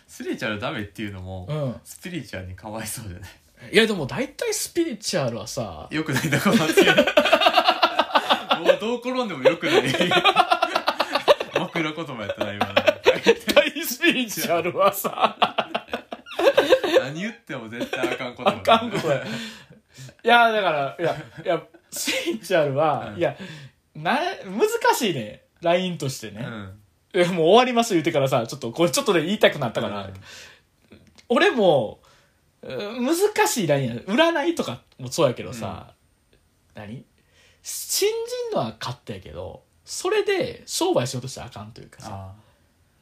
S2: スピリチュアルダメっていうのも、
S1: うん
S2: スピリチュアルにかわいそうじゃない
S1: いやでも大体スピリチュアルはさ
S2: よくないなこの発言もうどう転んでもよくない 枕言葉やったな今の
S1: 大スピリチュアルはさ
S2: 何言っても絶対あかんこと
S1: あかんことやいやだからいやいやスピリチュアルは、
S2: うん
S1: いやな難しいねラインとして
S2: う
S1: ね、
S2: ん
S1: いやもう終わります言うてからさちょっとこれちょっとで言いたくなったから、
S2: うん
S1: 俺もう難しいラインや占いとかもそうやけどさ、何信じんのは勝手やけどそれで商売しようとしたらあかんというかさ
S2: ああ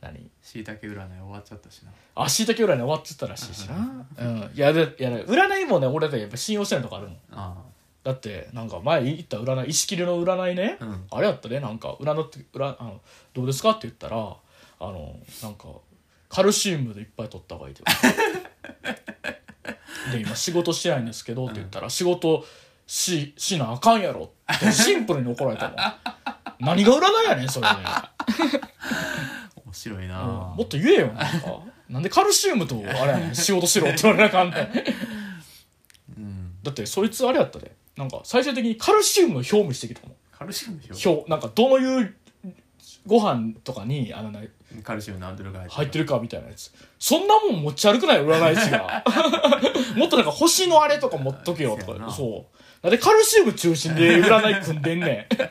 S1: 何
S2: しいたけ占い終わっちゃったしな
S1: あ椎茸占い終わっちゃったらしいしな、うん、いやでいやね占いもね俺だってやっぱ信用してないとこあるもん
S2: あ
S1: だってなんか前言った占い石切りの占いね、
S2: あうん
S1: あれやったねなんか占って占あの「どうですか?」って言ったらあのなんかカルシウムでいっぱい取った方がいいとで今仕事してないんですけどって言ったら、仕事ししなあかんやろってシンプルに怒られたの何が占いやねんそれで、
S2: 面白い
S1: うん
S2: な、
S1: もっと言えよなんかなんでカルシウムとあれやねん仕事しろって言われなあかんねん
S2: うん
S1: だってそいつあれやったでなんか最終的にカルシウムの表務してきたもん
S2: カルシウムでしょ
S1: 表なんかどういうご飯とかにあのな
S2: カルシウム何ドルが
S1: 入ってるかみたいなやつそんなもん持ち歩くなよ占い師が もっとなんか星のあれとか持っとけよと
S2: そうや
S1: か
S2: な
S1: そうなんでカルシウム中心で占い組んでん ねん
S2: 不思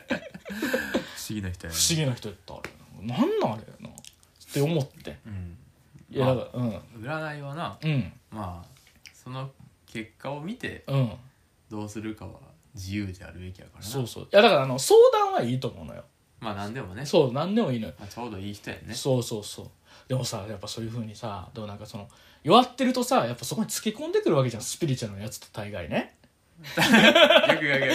S2: 議な人や
S1: 不思議な人やったあれなんなんあれやなって思って
S2: うん
S1: いやだからうん
S2: 占いはな
S1: うん
S2: まあその結果を見て
S1: うん
S2: どうするかは自由であるべきやからな
S1: そうそういやだからあの相談はいいと思うのよ
S2: まあ何でもね、
S1: そう何でもいいのよ
S2: まあ、ちょうどいい人やね
S1: そうそうそうでもさやっぱそういうふうにさでもなんかその弱ってるとさやっぱそこにつけ込んでくるわけじゃんスピリチュアルのやつと大概ね
S2: 逆逆逆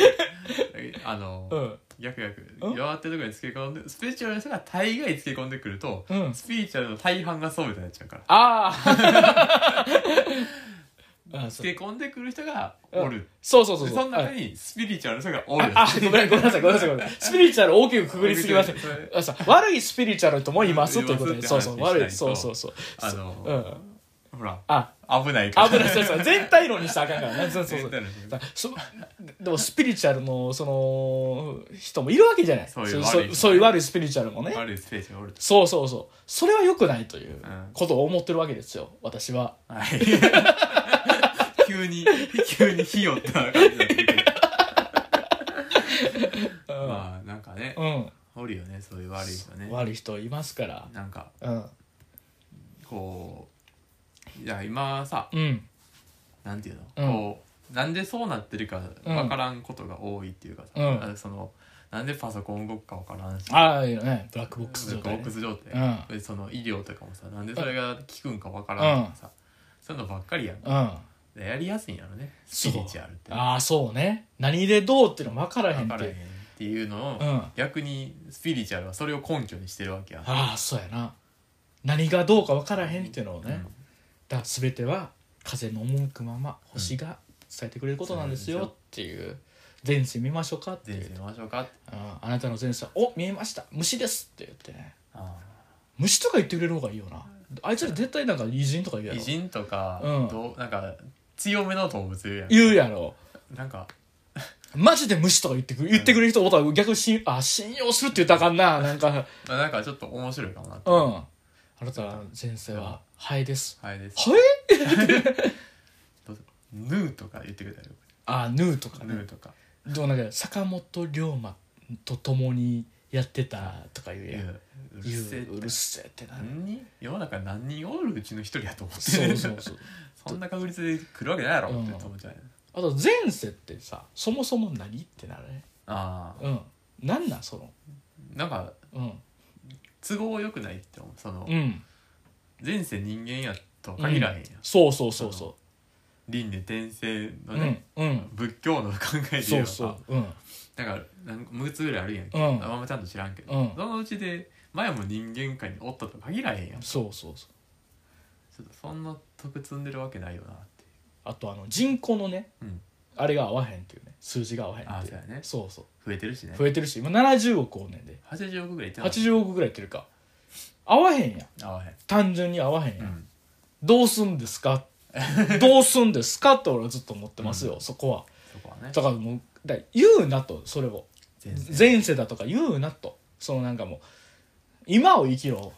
S2: あの、
S1: うん
S2: 逆逆
S1: うん
S2: 弱ってるところにつけ込んでスピリチュアルの人が大概つけ込んでくると、
S1: うん
S2: スピリチュアルの大半がそうみたいになっちゃうから
S1: ああ あ
S2: つ
S1: そう
S2: け込んでくる人がおる、
S1: そうそうそう
S2: で
S1: う
S2: その中
S1: あ
S2: にスピリチュアルの人がおる
S1: あごめんごめんなさいごめんなさいごめんなさいスピリチュアル大きくくぐりすぎません
S2: それ
S1: あさ悪いスピリチュアルとも言いますということ
S2: 言い
S1: で
S2: ます
S1: そうそう
S2: って話
S1: 悪い
S2: し
S1: そ
S2: な
S1: う
S2: いと
S1: そうそう
S2: あ
S1: う
S2: の
S1: ん
S2: ほら
S1: あ
S2: 危ないから
S1: 危ないそうそう全体論にしたらあかんからねそうそうそ
S2: 全
S1: う
S2: 体の
S1: だそでもスピリチュアルのその人もいるわけじゃない
S2: そういう悪い
S1: そそそういう悪いスピリチュアルもね
S2: 悪いスピリチュアルおると
S1: そうそうそうそれは良くないという
S2: うん
S1: ことを思ってるわけですよ私は
S2: はい急に急に火よった感じになってるけど
S1: うん、
S2: まあなんかね
S1: うん
S2: おるよねそういう悪い人ね
S1: 悪い人いますから
S2: なんか
S1: うん
S2: こういや今さ
S1: うん
S2: なんていうの、
S1: うん
S2: こうなんでそうなってるかわからんことが多いっていうかさ、
S1: うん
S2: あのそのなんでパソコン動くかわからんし
S1: ああいいよねブラックボックス
S2: なん
S1: 状
S2: か
S1: 態
S2: ボッ
S1: ね、
S2: クス状態、でその医療とかもさなんでそれが効くんかわからんとかさ、そういうのばっかりやん
S1: うんあ
S2: やりやすいんやろねスピリチュアルってわ
S1: あそうね何でどうっていうの分からへん
S2: か
S1: っ
S2: ら
S1: て
S2: へんっていうのを、
S1: うんあ
S2: 逆にスピリチュアルはそれを根拠にしてるわけやん
S1: あそうやな何がどうか分からへんっていうのをね、
S2: うん
S1: だから全ては風の赴くまま星が伝えてくれることなんですよっていう前世見ましょうかってい
S2: 全
S1: う
S2: 然見ましょうかって
S1: ああなたの前世は「お見えました虫です」って言ってね
S2: あ
S1: 虫とか言ってくれる方がいいよなあいつら絶対なんか偉人とか言う
S2: あ
S1: や
S2: 偉
S1: ろ
S2: 人とか、
S1: うん
S2: どうなんか強めの動物いるやん
S1: 言うやろ
S2: なんか
S1: マジで無視とか言ってくる言ってくれる人おったら逆に信あ信用するって言ったらあかんななんか
S2: まあなんかちょっと面白いかもなって
S1: うんあなたの前世はハエです
S2: はいです
S1: ハエ
S2: どうぞヌーとか言ってくれたよ
S1: あヌーとか
S2: ヌ
S1: ね
S2: ーとか
S1: でもなんか坂本龍馬と共にやってたとか言う
S2: い
S1: や
S2: や
S1: ん
S2: うる
S1: 言
S2: せえって
S1: ううるせえってなる
S2: 何人世の中何人おるうちの一人やと思って
S1: そうそうそう
S2: そんな確率で来るわけないやろって
S1: うん
S2: 思っちゃうよね
S1: あと前世ってさそもそも何ってなるね
S2: ああ
S1: うんなんなんその
S2: なんか
S1: うん
S2: 都合良くないって思うその
S1: うん
S2: 前世人間やとは限らへんやん
S1: そうそうそうそう
S2: 輪廻転生の
S1: うん
S2: ね、
S1: うん
S2: 仏教の考えで言
S1: そ
S2: え
S1: う
S2: ば
S1: そううん
S2: だから何6つぐらいあるやんけ、
S1: うん
S2: あんまちゃんと知らんけど、
S1: うん
S2: そのうちで前も人間界におったとは限らへんやんち
S1: そうそうそう
S2: ょっとそんな得積んでるわけないよなっていう
S1: あとあの人口のね、
S2: うん
S1: あれが合わへんっていうね数字が合わへん
S2: あ
S1: ってい
S2: そう
S1: う
S2: やね
S1: そうそ
S2: 増えてるしね
S1: う増えてるし今70億おんねんで
S2: 80億ぐらいいってない
S1: 80億ぐらいいってるか合わへんやん
S2: 合わへん
S1: 単純に合わへんやん、
S2: うん
S1: どうすんですかどうすんですかって俺はずっと思ってますよ、そこは
S2: そこはね
S1: だからもうだから言うなとそれを
S2: 全然
S1: 前世だとか言うなとそのなんかもう今を生き ろ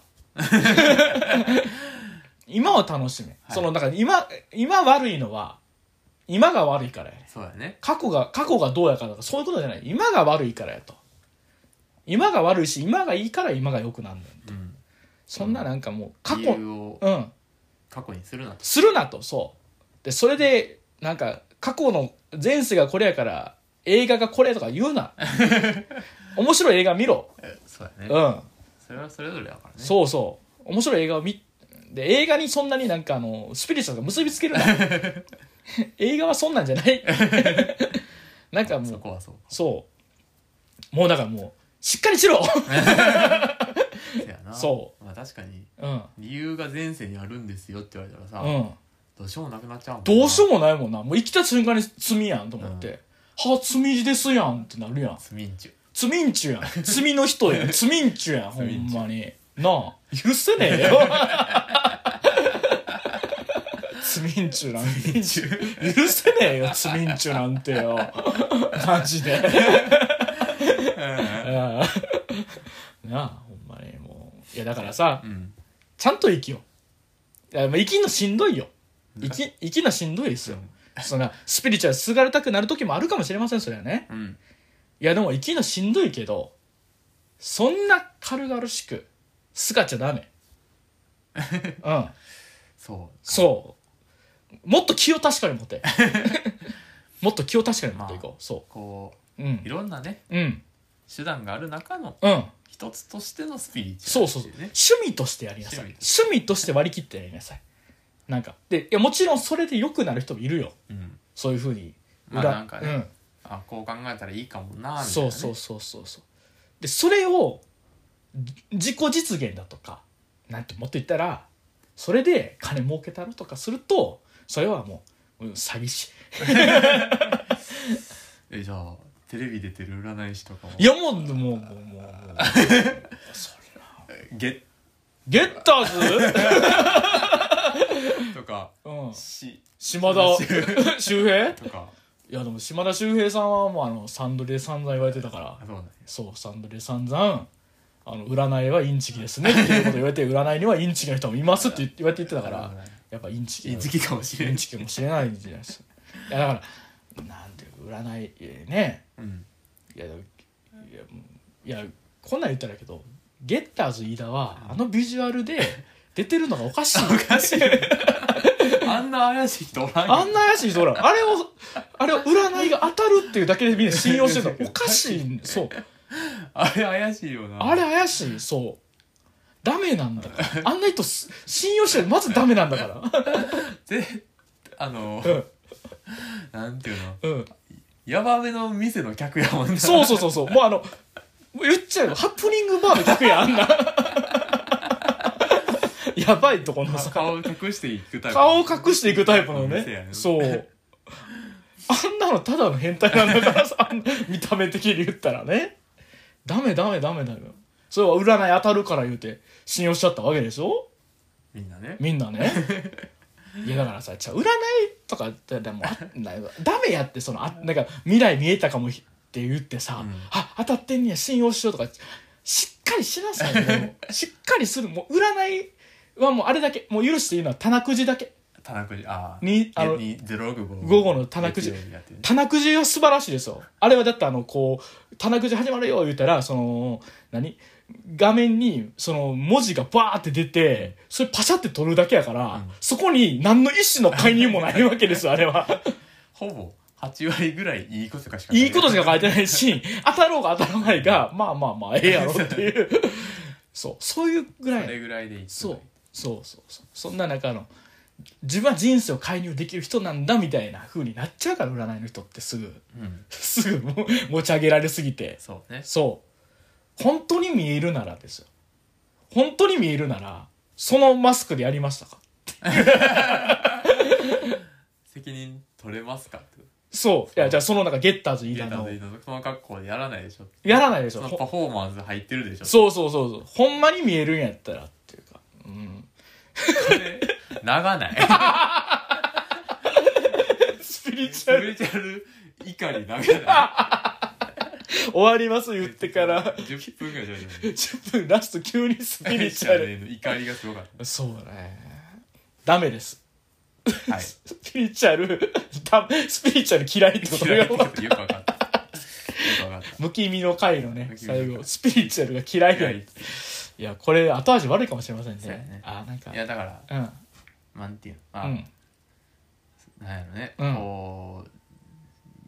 S1: 今を楽しめ、
S2: はい
S1: そのなんか今今悪いのは今が悪いからやね
S2: そうやね
S1: 過去が過去がどうやからとかそういうことじゃない今が悪いからやと今が悪いし今がいいから今が良くなんだよ
S2: うん
S1: そんななんかもう過
S2: 理
S1: 去、
S2: 由を
S1: うん、
S2: 過去にするなと
S1: するなとそうでそれでなんか過去の前世がこれやから映画がこれとか言う な面白い映画見ろ
S2: えそう
S1: う
S2: やね
S1: ん、
S2: それはそれぞれだからね
S1: そうそう面白い映画を見で映画にそんなになんかあのスピリチュアルが結びつける な映画はそんなんじゃない なんかも
S2: そうこはそう
S1: そうもうだからもうしっかりしろ
S2: せやな
S1: そう
S2: まあ確かに
S1: うん
S2: 理由が前世にあるんですよって言われたらさ、
S1: うん
S2: どうしようもなくなっちゃうもんな
S1: どうしようもないもんなもう生きた瞬間に罪やんと思って、はあ罪ですやんってなるやん
S2: スミンチュ
S1: 罪ん ちゅやん罪の人 やん罪んちゅやんほ
S2: 罪ん
S1: ん
S2: ちゅ
S1: まになあ許せねえ よ罪んちゅなんて許せねえよ罪んちゅなんてよマジでなあほんまにもういやだからさ
S2: うん
S1: ちゃんと生きよういやまあ生きんのしんどいよ生き生きんのしんどいですよそんなスピリチュアルすがれたくなる時もあるかもしれませんそれはね
S2: うん
S1: いやでも生きるのしんどいけど、そんな軽々しく、すがっちゃダ メ。うん。
S2: そう
S1: そう。もっと気を確かに持て。 もっと気を確かに持っていこう。そ
S2: こ
S1: う。う
S2: うんい。ろんなね
S1: うん。
S2: 手段がある中の
S1: うん。
S2: 一つとしてのスピリチュ
S1: そ
S2: ア
S1: う
S2: ル
S1: そうそう。
S2: ね
S1: 趣味としてやりなさい。
S2: 趣味
S1: 趣味として割り切ってやりなさい。なんか。で、いやもちろんそれで良くなる人もいるよ。
S2: うん
S1: そういうふうに。
S2: まあ
S1: 裏
S2: なんかねあこう考えたらいいかもなみたいな
S1: うん。
S2: ね
S1: そうそうそうそうそう。で、それを、自己実現だとかなんてもっと言ったらそれで金儲けたろとかするとそれはもう、うん、詐欺師
S2: えじゃあテレビ出てる占い師とかも
S1: いやもうもうもうもうもうそれ
S2: ゲ
S1: ゲッター ズ、
S2: ッとか
S1: うん、
S2: し
S1: 島田周平
S2: とか
S1: いやでも島田周平さんはもうあのサンドリで散々言われてたから
S2: あそうなんや
S1: そうサンドリで散々あの占いはインチキですねっていうこと言われて占いにはインチキの人もいますって言って言われて言ってたからやっぱインチキ
S2: インチキかもしれ
S1: イ
S2: ん
S1: ンチキかもしれないんじゃないですかいやだからなんていうか占いえーね
S2: うん
S1: いやいやもういやこんなん言ったらやけどゲッターズ飯田はあのビジュアルで出てるのがおかしいおかしい
S2: あんな怪しい人おらんよ
S1: あんな怪しい人ほらあれをあれを占いが当たるっていうだけでみんな信用してた らおかしいそう
S2: あれ怪しいよな
S1: あれ怪しいそうダメなんだからあんな人す信用してまずダメなんだか
S2: であの
S1: ら
S2: なんていうの
S1: うんうん
S2: ヤバめの店の客やもんな
S1: そうそうそうそう。もうあの、言っちゃうよハプニングバーの客やん、あんな。やばいとこの
S2: まあ
S1: さ、
S2: 顔を隠していくタイプ
S1: 顔を隠していくタイプの
S2: 店や
S1: ね。
S2: ね
S1: そう。あんなのただの変態なんだからさ、あんな見た目的に言ったらね。ダメダメダメダメ。それは占い当たるから言うて信用しちゃったわけでしょ
S2: みんなね
S1: みんな ね。いやだからさ、じゃあ占いとかってでもあなんかダメやってそのあなんか未来見えたかもひって言ってさ、
S2: うん
S1: あ当たってんねや信用しようとかしっかりしなさいよ しっかりするもう占いはもうあれだけもう許していいのは棚くじだけ
S2: 棚くじあ
S1: にあの
S2: 065
S1: 午後の棚くじ棚くじは素晴らしいですよあれはだってあのこう棚くじ始まるよ言ったらその何画面にその文字がバーって出てそれパシャって取るだけやから、
S2: うん
S1: そこに何の意思の介入もないわけ ですよあれは。
S2: ほぼ8割ぐらいいいことかしか
S1: いいことしか書
S2: い
S1: いてないし、当たろうが当たらない が、まあまあまあ、ええやろっていう。そう、そういうぐら
S2: そ
S1: い。
S2: れぐらいでいい
S1: そう、そうそうそう。そんな中の、自分は人生を介入できる人なんだみたいな風になっちゃうから占いの人ってすぐ
S2: うん
S1: すぐもう持ち上げられすぎて
S2: そうね
S1: そう本当に見えるならですよ本当に見えるならそのマスクでやりましたか
S2: 責任取れますかって
S1: そういやじゃあその中ゲッターズ
S2: 入
S1: 飯
S2: れ
S1: 田
S2: た
S1: の
S2: のその格好でやらないでしょ
S1: やらないでし
S2: そ
S1: ょ
S2: のパフォーマンス入ってるでしょ
S1: そうそうそうそうほんまに見えるんやったらっていうかうん
S2: これ長ない
S1: スピリチ
S2: ス
S1: ュアル
S2: ピリチュアル怒り長ない
S1: 終わり ます言ってから
S2: 10分ぐらいじゃないですか
S1: 10分ラスト急にスピリチュアル
S2: の怒りがすごかっ
S1: そうだねダメです
S2: たはい
S1: スピリチュアルダスピリチュアル嫌いってこと
S2: 嫌い
S1: が
S2: ってことよく分かったよく分かっ
S1: むきみの回のね
S2: むきみの
S1: 最
S2: 回
S1: 後スピリチュアルが嫌
S2: た
S1: い
S2: 嫌
S1: だ
S2: い
S1: いやこれ後味悪いかもしれませんね
S2: そうやね
S1: あなんか
S2: いやだから
S1: うん
S2: なんていうの
S1: う
S2: あ
S1: ん
S2: なんやろね
S1: うん
S2: こう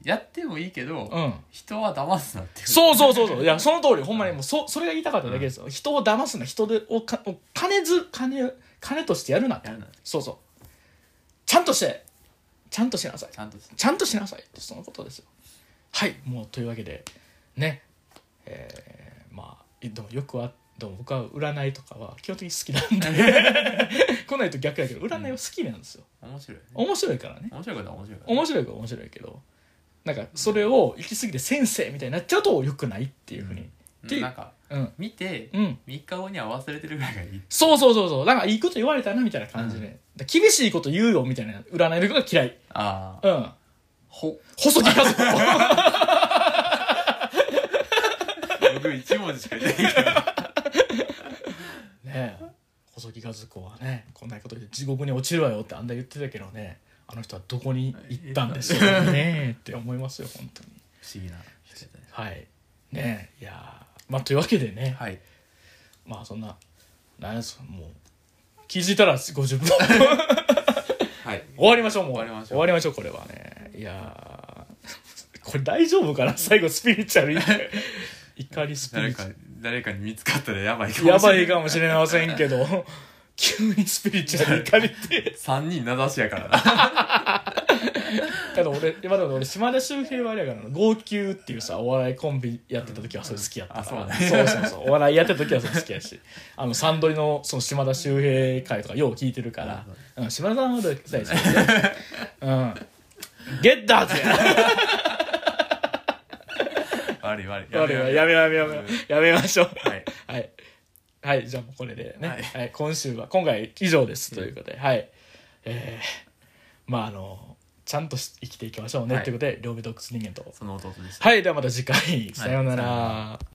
S2: やってもいいけ
S1: う
S2: ど
S1: ん
S2: 人は騙すなってい
S1: そうそうそうそういやその通りほんまにもうそそれが言いたかっただけですよ、人を騙すな人でをかを金ず金金としてやるな
S2: やるな
S1: そうそうちゃんとしてちゃんとしなさい
S2: ちゃんと
S1: ちゃんとしなさいってそのことですよはいもうというわけでねえーまあでもよくはでも僕は占いとかは基本的に好きなんで来 ないと逆やけど占いは好きなんですよ
S2: 面白いね
S1: 面白いからね
S2: 面白いことは面白いからね
S1: 面白いから面白いけどなんかそれを行き過ぎて先生みたいになっちゃうと良くないっていうふうにっていう
S2: なんか
S1: うん
S2: 見て
S1: うん
S2: 3日後には忘れてるぐらいがいい
S1: そうそうそうそうなんかいいこと言われたなみたいな感じで、だから厳しいこと言うよみたいな占いのことが嫌い
S2: ああ
S1: うん
S2: ほ
S1: 細木数子
S2: 僕一文字しか言ってな いけど
S1: ねえ細木数子はねこんなこと言って地獄に落ちるわよってあんな言ってたけどねあの人はどこに行ったんでしょう ねって思いますよ本当に
S2: 不思議な人だね
S1: はいねえいやーまあというわけでね、
S2: はい
S1: まあそんななんやそもう気づいたら50分
S2: はい
S1: 終わりましょうもう
S2: 終わりましょ
S1: 終
S2: う
S1: わりましょうこれはねいやー これ大丈夫か な最後スピリチュアル怒りスピ
S2: 誰
S1: リチ
S2: か
S1: ュアル
S2: 誰かに見つかったらやばいかもしれな
S1: やばいかもしれませんけ ど急にスピリチュアル怒りって
S2: 3人名指しやからな
S1: ただ俺今でも俺島田秀平はあれやからな号泣っていうさお笑いコンビやってた時はそれ好きやったから
S2: うんあそう
S1: そうそうそうお笑いやってた時はそれ好きやしあのサンドリのその島田秀平会とかよう聞いてるから、うん、島田さんは大好きですよ うんゲッターズや
S2: 悪い悪い
S1: やめよう
S2: う
S1: やめようやめようやめようやめましょう
S2: はい
S1: はい、はい、じゃあもうこれでね、は
S2: はいい
S1: 今週は今回以上ですということで、はいえー、まああのちゃんとし生きていきましょうね、
S2: はい
S1: ということで両目洞窟人間と
S2: その弟でした
S1: はいではまた次回、さような
S2: さような
S1: ら